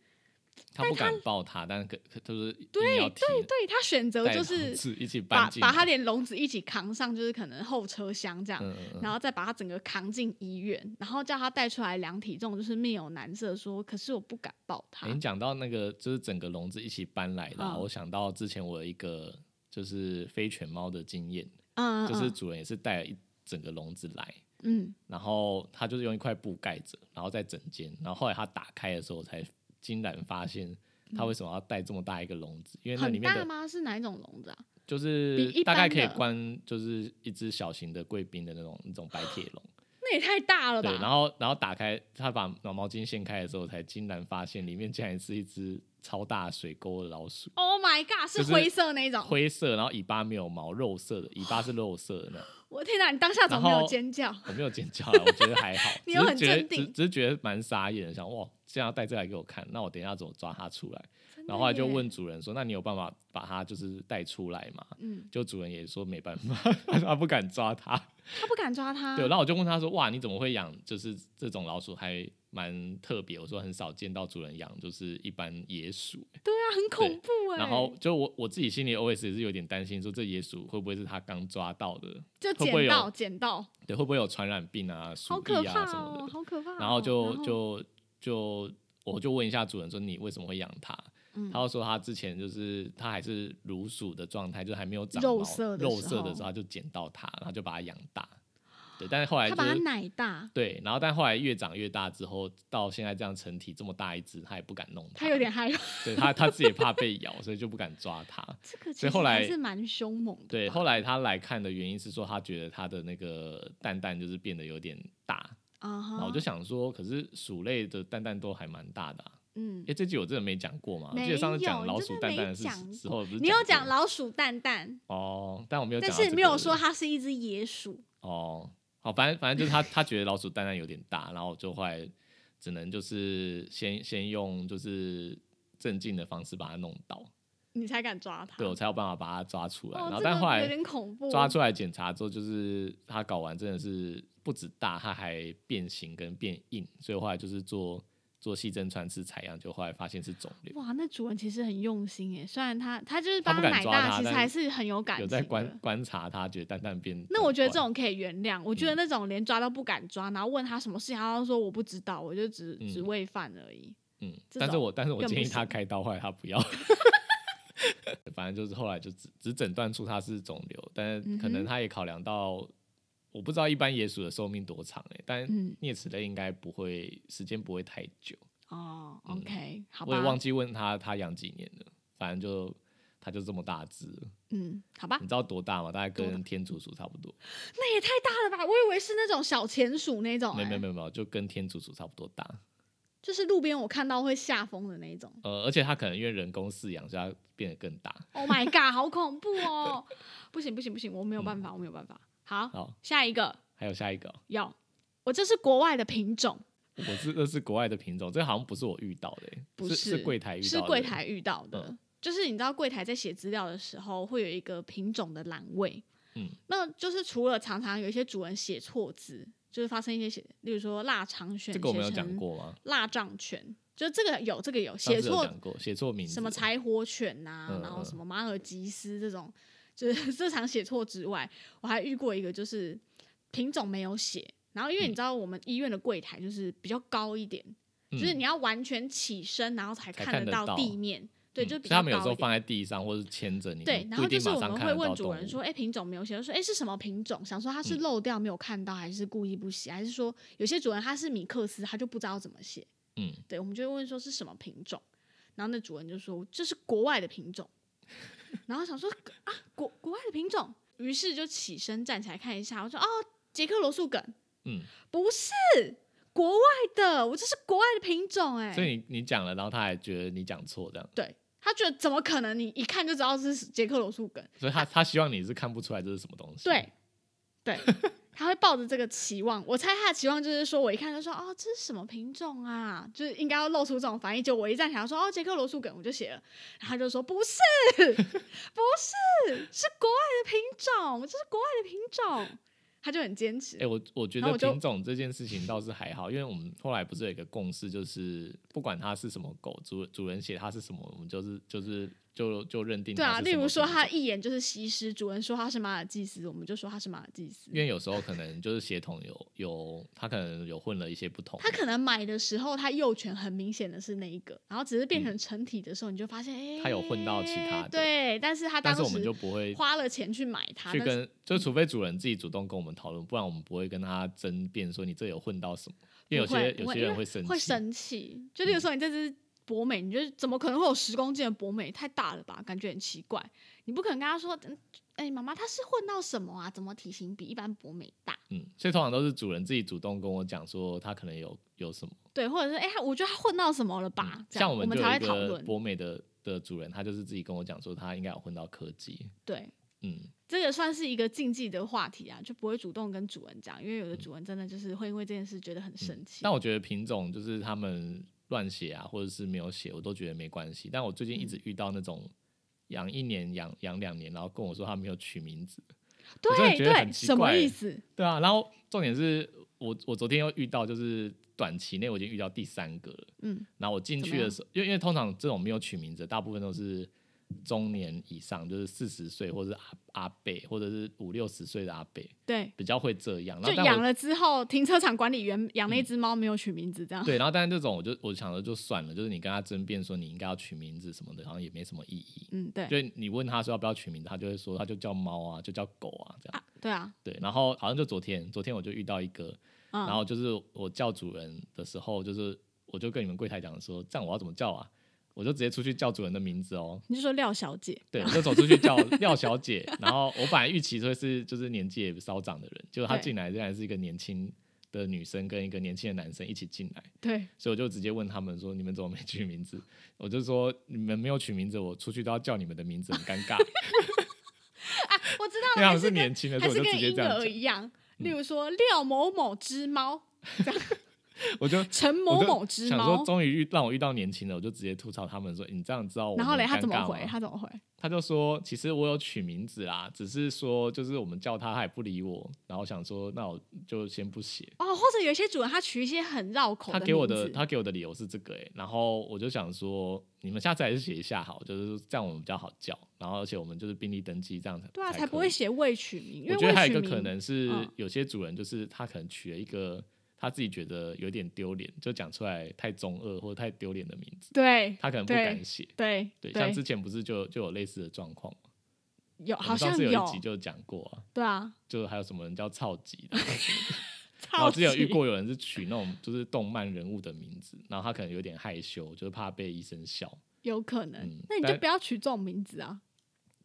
B: 他不敢抱它，但是可可就是硬
A: 对
B: 要
A: 对
B: 提，
A: 对，他选择
B: 带
A: 就
B: 笼
A: 是
B: 子一起搬
A: 把
B: 进
A: 把
B: 去
A: 他连笼子一起扛上，就是可能后车厢这样，
B: 嗯嗯嗯，
A: 然后再把他整个扛进医院，然后叫他带出来量体重，就是面有难色说，可是我不敢抱他。
B: 诶你讲到那个就是整个笼子一起搬来的啊、
A: 嗯
B: 我想到之前我有一个就是非犬猫的经验，
A: 嗯，
B: 就是
A: 嗯
B: 主人也是带了一整个笼子来，
A: 嗯
B: 然后他就是用一块布盖着，然后再整间。然后后来他打开的时候，我才惊然发现他为什么要带这么大一个笼子，因为那里
A: 很
B: 面
A: 大
B: 的
A: 吗？是哪一种笼子啊？
B: 就
A: 比
B: 是
A: 一
B: 大概
A: 般
B: 可以
A: 的
B: 关就是一只小型的贵宾的那种那种白铁笼。
A: 那也太大了吧
B: 对，？然后然后打开他把毛毛巾掀开的时候，才惊然发现里面竟然是一只超大水沟的老鼠。
A: Oh my god，是
B: 就是
A: 灰色那一种。
B: 灰色，然后尾巴没有毛，肉色的，尾巴是肉色的那种。
A: 我天哪，你当下怎么没
B: 然
A: 有
B: 后
A: 尖叫？
B: 我没有尖叫啦，啊我觉得还好
A: ，你又很
B: 只是觉
A: 镇
B: 得只
A: 定
B: 只是觉得蛮傻眼的，想哇，这样带这来给我看，那我等一下怎么抓它出来？
A: 真的
B: 然后后来就
A: 耶
B: 问，主人说，那你有办法把它就是带出来吗？
A: 嗯，
B: 就主人也说没办法， 他说他不敢抓它。
A: 他不敢抓他。
B: 对，然后我就问他说，哇，你怎么会养就是这种老鼠，还蛮特别。我说很少见到主人养就是一般野鼠。
A: 对啊，很恐怖哎、
B: 然后就我我自己心里 always 也是有点担心，说这野鼠会不会是他刚抓到的？
A: 就
B: 会不会
A: 捡
B: 有
A: 到捡到，
B: 对，会不会有传染病啊、鼠
A: 好
B: 疫
A: 可
B: 啊
A: 怕
B: 什么的？
A: 哦，好可怕哦、
B: 然后就
A: 然
B: 就就我就问一下主人说你为什么会养它？
A: 嗯
B: 他就说他之前就是他还是乳鼠的状态，就是还没有长
A: 肉
B: 毛
A: 色的
B: 肉
A: 时
B: 色的
A: 候
B: 时候，他就捡到它，然后就把它养大。对，但是后来
A: 他
B: 就
A: 把它
B: 是
A: 奶大，
B: 对，然后但后来越长越大之后，到现在这样成体这么大一只，他也不敢弄它。
A: 他有点 害怕。
B: 对他他自己也怕被咬，所以就不敢抓它。
A: 这个其
B: 所以
A: 实
B: 后来
A: 还是蛮凶猛的。
B: 对，后来他来看的原因是说，他觉得他的那个蛋蛋就是变得有点大，
A: 啊哈，
B: 然后我就想说，可是鼠类的蛋蛋都还蛮大的、啊。
A: 嗯
B: 哎、，这集我真的没讲过嘛？我
A: 没
B: 记得上次
A: 有
B: 讲
A: 你
B: 老
A: 真
B: 鼠
A: 的
B: 蛋
A: 没
B: 蛋的事
A: 讲
B: 时候，不是
A: 你有讲
B: 过
A: 老鼠蛋蛋，
B: 哦，但我没有讲
A: 但
B: 到这个，
A: 是没有说它是一只野鼠。
B: 哦。好，反正反正就是他他觉得老鼠蛋蛋有点大，然后我就后来只能就是先先用就是镇静的方式把它弄倒，
A: 你才敢抓它，
B: 对我才有办法把它抓出来。
A: 哦
B: 然后
A: 这
B: 但
A: 个
B: 后来
A: 有点恐怖，
B: 抓出来检查之后，就是它睾丸真的是不止大，它还变形跟变硬，所以后来就是做做细针穿刺采样，就后来发现是肿瘤，
A: 哇，那主人其实很用心哎，虽然他他就是
B: 他
A: 帮
B: 不
A: 他
B: 敢
A: 奶
B: 抓
A: 大，
B: 它
A: 其实
B: 但
A: 还是很有感
B: 有
A: 情
B: 在
A: 的。
B: 观观察它，觉得蛋蛋变。
A: 那我觉得这
B: 很怪
A: 种可以原谅，我觉
B: 嗯
A: 得那种连抓都不敢抓，然后问他什么事情，他都说我不知道，我就只
B: 嗯
A: 只喂饭而已。
B: 嗯，
A: 这
B: 但是
A: 种
B: 我但是我
A: 更
B: 建议
A: 不
B: 他
A: 行
B: 开刀，后来 他不要。反正就是后来就只只诊断出它是肿瘤，但是可
A: 嗯哼
B: 能他也考量到，我不知道一般野鼠的寿命多长哎、但
A: 嗯
B: 啮齿类应该不会时间不会太久。
A: 哦
B: 嗯
A: ，OK，好
B: 我也忘
A: 吧，
B: 记问他他养几年了，反正就他就这么大只了，
A: 嗯，好吧
B: 你，知道多大吗？大概
A: 多大
B: 跟天竺鼠差不多，
A: 那也太大了吧，我以为是那种小田鼠那种、
B: 没有没有
A: 哎
B: 没有没有，就跟天竺鼠差不多大。
A: 就是路边我看到会吓疯的那种。
B: 呃，而且它可能因为人工饲养，所以它变得更大。
A: Oh my god，好恐怖 哦！不行不行不行，我没有办
B: 嗯
A: 法，我没有办法。好，
B: 好，
A: 下一个
B: 还有下一个哦，
A: 有，我这是国外的品种，
B: 我是这是国外的品种，这好像不是我遇到的欸、
A: 不
B: 是
A: 是
B: 柜台遇到的，
A: 是柜台遇到的。
B: 嗯
A: 就是你知道柜台在写资料的时候，会有一个品种的栏位，
B: 嗯，
A: 那就是除了常常有一些主人写错字，就是发生一些写，例如说腊肠犬
B: 这个我没有
A: 写成
B: 讲过吗？
A: 腊肠犬，就这个有这个有
B: 上
A: 写
B: 次有
A: 错
B: 讲过，写错名字，
A: 什么柴火犬呐、
B: 嗯
A: 然后
B: 嗯
A: 什么马尔济斯这种，就是 这场写错之外，我还遇过一个就是品种没有写，然后因为你知道我们医院的柜台就是比较高一点，
B: 嗯
A: 就是你要完全起身然后才
B: 才
A: 看
B: 看
A: 得
B: 得
A: 到
B: 到
A: 地面，对，
B: 嗯
A: 就
B: 所
A: 比
B: 以
A: 较
B: 他们有时
A: 高一
B: 候
A: 点。
B: 放在地上或是牵着你，
A: 对
B: 你，
A: 然后
B: 不一
A: 就
B: 定
A: 是
B: 马
A: 我
B: 上
A: 们
B: 看
A: 会
B: 得
A: 问
B: 到
A: 主
B: 动
A: 人
B: 物
A: 说，哎、品种没有写，就说，哎、是什么品种？想说他是
B: 嗯
A: 漏掉没有看到，还是故意不写，还是说有些主人他是米克斯，他就不知道怎么写。
B: 嗯，
A: 对，我们就会问说是什么品种，然后那主人就说这是国外的品种，然后想说啊国国外的品种，于是就起身站起来看一下，我说哦捷克罗素梗，
B: 嗯，
A: 不是国外的，我这是国外的品种哎、
B: 所以你你讲了，然后他还觉得你讲错这样。
A: 对他觉得怎么可能，你一看就知道这是捷克罗素梗，
B: 所以他他希望你是看不出来这是什么东西。
A: 对，对，他会抱着这个期望。我猜他的期望就是说，我一看就说，哦，这是什么品种啊？就是应该要露出这种反应。就我一站起来说，哦，捷克罗素梗，我就写了。然后他就说，不 是，不是，是国外的品种，这是国外的品种。他就很坚持。
B: 哎、我我觉
A: 然后
B: 得
A: 我就
B: 品种这件事情倒是还好，因为我们后来不是有一个共识，就是不管它是什么狗，主主人写它是什么，我们就是就是就就认定
A: 对
B: 它
A: 啊，
B: 是
A: 例
B: 什
A: 如
B: 么
A: 说
B: 品种
A: 他一眼就是西施，主人说他是马尔济斯，我们就说他是马尔济斯。
B: 因为有时候可能就是血统有有，它可能有混了一些不同的。
A: 他可能买的时候，他幼犬很明显的是那一个，然后只是变成成体的时候，你就发现，哎、
B: 它有混到其嗯他的
A: 对，但是他当
B: 但
A: 时
B: 是我们就不会
A: 花了钱去买它，
B: 去
A: 但是
B: 跟，就除非主人自己主动跟我们讨论，不然我们不会跟他争辩说你这有混到什么，因为有
A: 不会
B: 些有
A: 不会
B: 些
A: 因
B: 人
A: 为
B: 生气，
A: 会生气。就例
B: 嗯
A: 如说，你这只博美，你就怎么可能会有十公斤的博美？太大了吧，感觉很奇怪。你不可能跟他说，嗯哎、妈妈，它是混到什么啊？怎么体型比一般博美大？
B: 嗯，所以通常都是主人自己主动跟我讲说他可能有有什么，
A: 对，或者是哎、它我觉得它混到什么了
B: 嗯
A: 吧？这样
B: 像我
A: 我
B: 就有
A: 才
B: 一
A: 会讨
B: 个
A: 论。
B: 博美的的主人，他就是自己跟我讲说他应该有混到柯基，
A: 对，
B: 嗯，
A: 这个算是一个禁忌的话题啊，就不会主动跟主人讲，因为有的主人真的就是会因为这件事觉得很生气。
B: 嗯但我觉得品种就是他们乱写啊，或者是没有写，我都觉得没关系。但我最近一
A: 嗯
B: 直遇到那种养一年、养养两年，然后跟我说他没有取名字，我真的
A: 对
B: 觉得很
A: 对，
B: 奇
A: 什么
B: 怪
A: 意思？
B: 对啊。然后重点是我我昨天又遇到，就是短期内我已经遇到第三个了。
A: 嗯，
B: 然后我进去的时候，因为因为通常这种没有取名字的，大部分都是中年以上，就是四十岁或者是阿阿伯，或者是五六十岁的阿伯，
A: 对，
B: 比较会这样。然
A: 就
B: 后但我嗯
A: 养了之后，停车场管理员养那只猫没有取名字，这样。
B: 对，然后但是这种我就我想着就算了，就是你跟他争辩说你应该要取名字什么的，好像也没什么意义。
A: 嗯，对，
B: 就你问他说要不要取名字，他就会说他就叫猫啊，就叫狗啊这
A: 啊，
B: 样。
A: 对啊，
B: 对，然后好像就昨天，昨天我就遇到一个，
A: 嗯，
B: 然后就是我叫主人的时候，就是我就跟你们柜台讲说，这样我要怎么叫啊？我就直接出去叫主人的名字哦。
A: 你就说廖小姐，
B: 对，我就走出去 叫廖小姐，然后我本来预期说是就是年纪也稍长的人，结果她
A: 对
B: 进来仍然是一个年轻的女生跟一个年轻的男生一起进来。
A: 对，
B: 所以我就直接问他们说：“你们怎么没取名字？”我就说：“你们没有取名字，我出去都要叫你们的名字，很尴尬。
A: 啊我知道了，
B: 因为他
A: 还
B: 们
A: 是
B: 是
A: 跟
B: 年轻的，所
A: 还
B: 以我
A: 是
B: 就直
A: 跟
B: 接
A: 婴
B: 这样
A: 儿
B: 讲。嗯
A: 一样，例如说廖某某之猫、
B: 我就
A: 陈某
B: 我就
A: 某之
B: 想说，
A: 猫，
B: 终于遇让我遇到年轻的，我就直接吐槽他们说：“你这样知道我
A: 然后
B: 们
A: 嘞，他
B: 很
A: 怎
B: 尴
A: 么
B: 尬
A: 回？
B: 吗
A: 他怎么回？
B: 他就说：“其实我有取名字啦，只是说就是我们叫他，他也不理我。然后想说，那我就先不写。”
A: 哦，或者有一些主人他取一些很绕口
B: 他
A: 的
B: 给我
A: 名
B: 的
A: 字
B: 他给我的理由是这个哎、然后我就想说，你们下次还是写一下好，就是这样我们比较好叫，然后而且我们就是病例登记这样才
A: 对啊，才
B: 才
A: 不
B: 可以
A: 会写未取名，因为
B: 我觉得
A: 未
B: 还有
A: 取
B: 一个
A: 名
B: 可能是
A: 嗯
B: 有些主人就是他可能取了一个他自己觉得有点丢脸，就讲出来太中二或者太丢脸的名字，
A: 对
B: 他可能不
A: 对
B: 敢写。
A: 对
B: 对，像之前不是就就有类似的状况吗，
A: 有
B: 我
A: 好
B: 们上
A: 像
B: 次有一集就讲过啊，
A: 对啊，
B: 就还有什么人叫超级的，然
A: 超
B: 后之
A: 级
B: 前有遇过有人是取那种就是动漫人物的名字，然后他可能有点害羞，就是怕被医生笑，
A: 有可能，
B: 嗯
A: 那你就
B: 但
A: 不要取这种名字啊。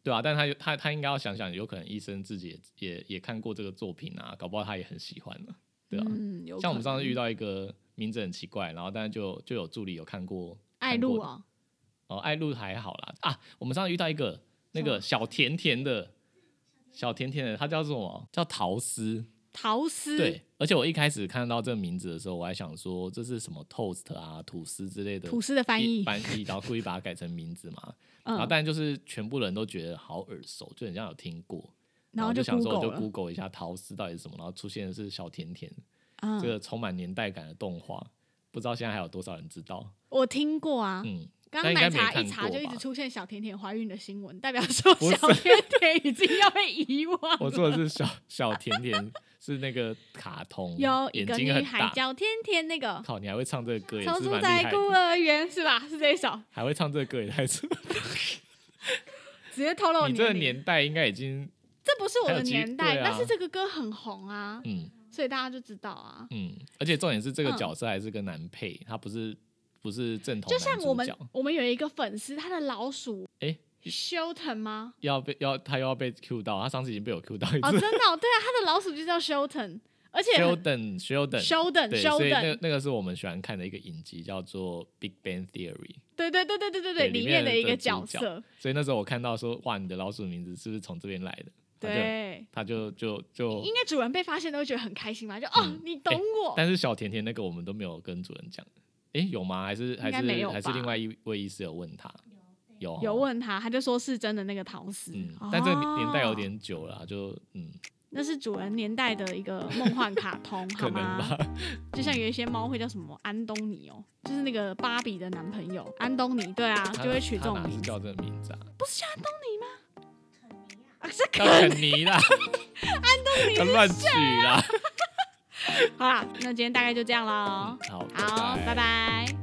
B: 对啊，但他有他他应该要想想，有可能医生自己也也也看过这个作品啊，搞不好他也很喜欢呢、对啊。
A: 嗯，有
B: 像我们上次遇
A: 到
B: 到一个名字很奇怪，然后但是就就有助理有看过
A: 爱
B: 看过
A: 露
B: 的
A: 啊，
B: 哦，爱露还好啦啊。我们上次遇到一个那
A: 什么
B: 个小甜甜的，小甜甜的，她叫什么？叫桃丝。
A: 陶丝，
B: 对，而且我一开始看到这个名字的时候，我还想说这是什么 toast 啊、吐司之类的
A: 吐司的翻
B: 一
A: 译，
B: 翻译，然后故意把它改成名字嘛。然后
A: 嗯，
B: 但就是全部人都觉得好耳熟，就很像有听过。
A: 然
B: 后
A: 后
B: 就想说，我就
A: Google 了，
B: Google 一下桃丝到底是什么，然后出现的是小甜甜。这
A: 嗯，
B: 个充满年代感的动画，不知道现在还有多少人知道。
A: 我听过啊。
B: 嗯，
A: 刚刚
B: 但
A: 奶
B: 应该没
A: 茶一
B: 看
A: 查
B: 过
A: 就一
B: 吧
A: 直出现小甜甜怀孕的新闻，代表说
B: 不是
A: 小甜甜已经要被遗忘
B: 我
A: 了。
B: 说的是小小甜甜，是那个卡通，
A: 有一
B: 嗯眼
A: 个
B: 睛
A: 女
B: 很
A: 孩
B: 大。
A: 叫甜甜，那个
B: 靠，你还会唱这个歌也
A: 从
B: 是
A: 住
B: 蛮厉
A: 在
B: 害
A: 孤
B: 的，
A: 儿园是吧？是这一首，
B: 还会唱这个歌也太扯。
A: 直接透露
B: 你这个
A: 龄
B: 年代应该已经，
A: 这不是我
B: 还
A: 的
B: 有机
A: 年代，
B: 对啊
A: 但是这个歌很红啊，
B: 嗯
A: 所以大家就知道啊。
B: 嗯，而且重点是这个
A: 嗯
B: 角色还是个男配，他不是不是正统
A: 就
B: 男
A: 像我
B: 哦主
A: 们
B: 角，
A: 我们有一个粉丝，他的老鼠
B: 诶
A: Shelton 吗？
B: 要被要他又要被 Q 到，他上次已经被我 Q 到一
A: 哦，
B: 次
A: 真。的哦、对啊，他的老鼠就叫 Shelton，而且
B: Sheldon Sheldon，
A: Sheldon
B: 对，所以那个
A: Sheldon，
B: 那个是我们喜欢看的一个影集，叫做《Big Bang Theory》。
A: 对对对对对对
B: 对
A: 里
B: 里
A: 面
B: 面
A: 的一个
B: 的主
A: 角
B: 角
A: 色，
B: 所以那时候我看到说，哇，你的老鼠名字是不是从这边来的？
A: 对。
B: 他就他就就就
A: 应，该主人被发现都会觉得很开心吧？就哦，
B: 嗯
A: 你懂我，
B: 但是小甜甜那个我们都没有跟主人讲，诶，有吗？还是
A: 应
B: 还
A: 该没
B: 是
A: 有吧
B: 还是另外一位医师有问他？有
A: 有
B: 哦，嗯
A: 问他，他就说是真的那个陶瓷。
B: 嗯，但这个年
A: 哦
B: 年代有点久了啊，就嗯，
A: 那是主人年代的一个梦幻卡通，好
B: 可能
A: 吗？
B: 吧。
A: 就像有一些猫会叫什么安东尼哦，就是那个芭比的男朋友安东尼，对 啊，
B: 他
A: 就会取这
B: 他
A: 种
B: 哪
A: 名
B: 是
A: 字，
B: 叫这个名字啊？
A: 不是叫安东尼吗？啊，是
B: 叫
A: 肯
B: 肯尼 啦，
A: 啊
B: 安东尼乱取啦。
A: 哦好啦，那今天大概就这样喽，
B: 好，
A: 好，拜拜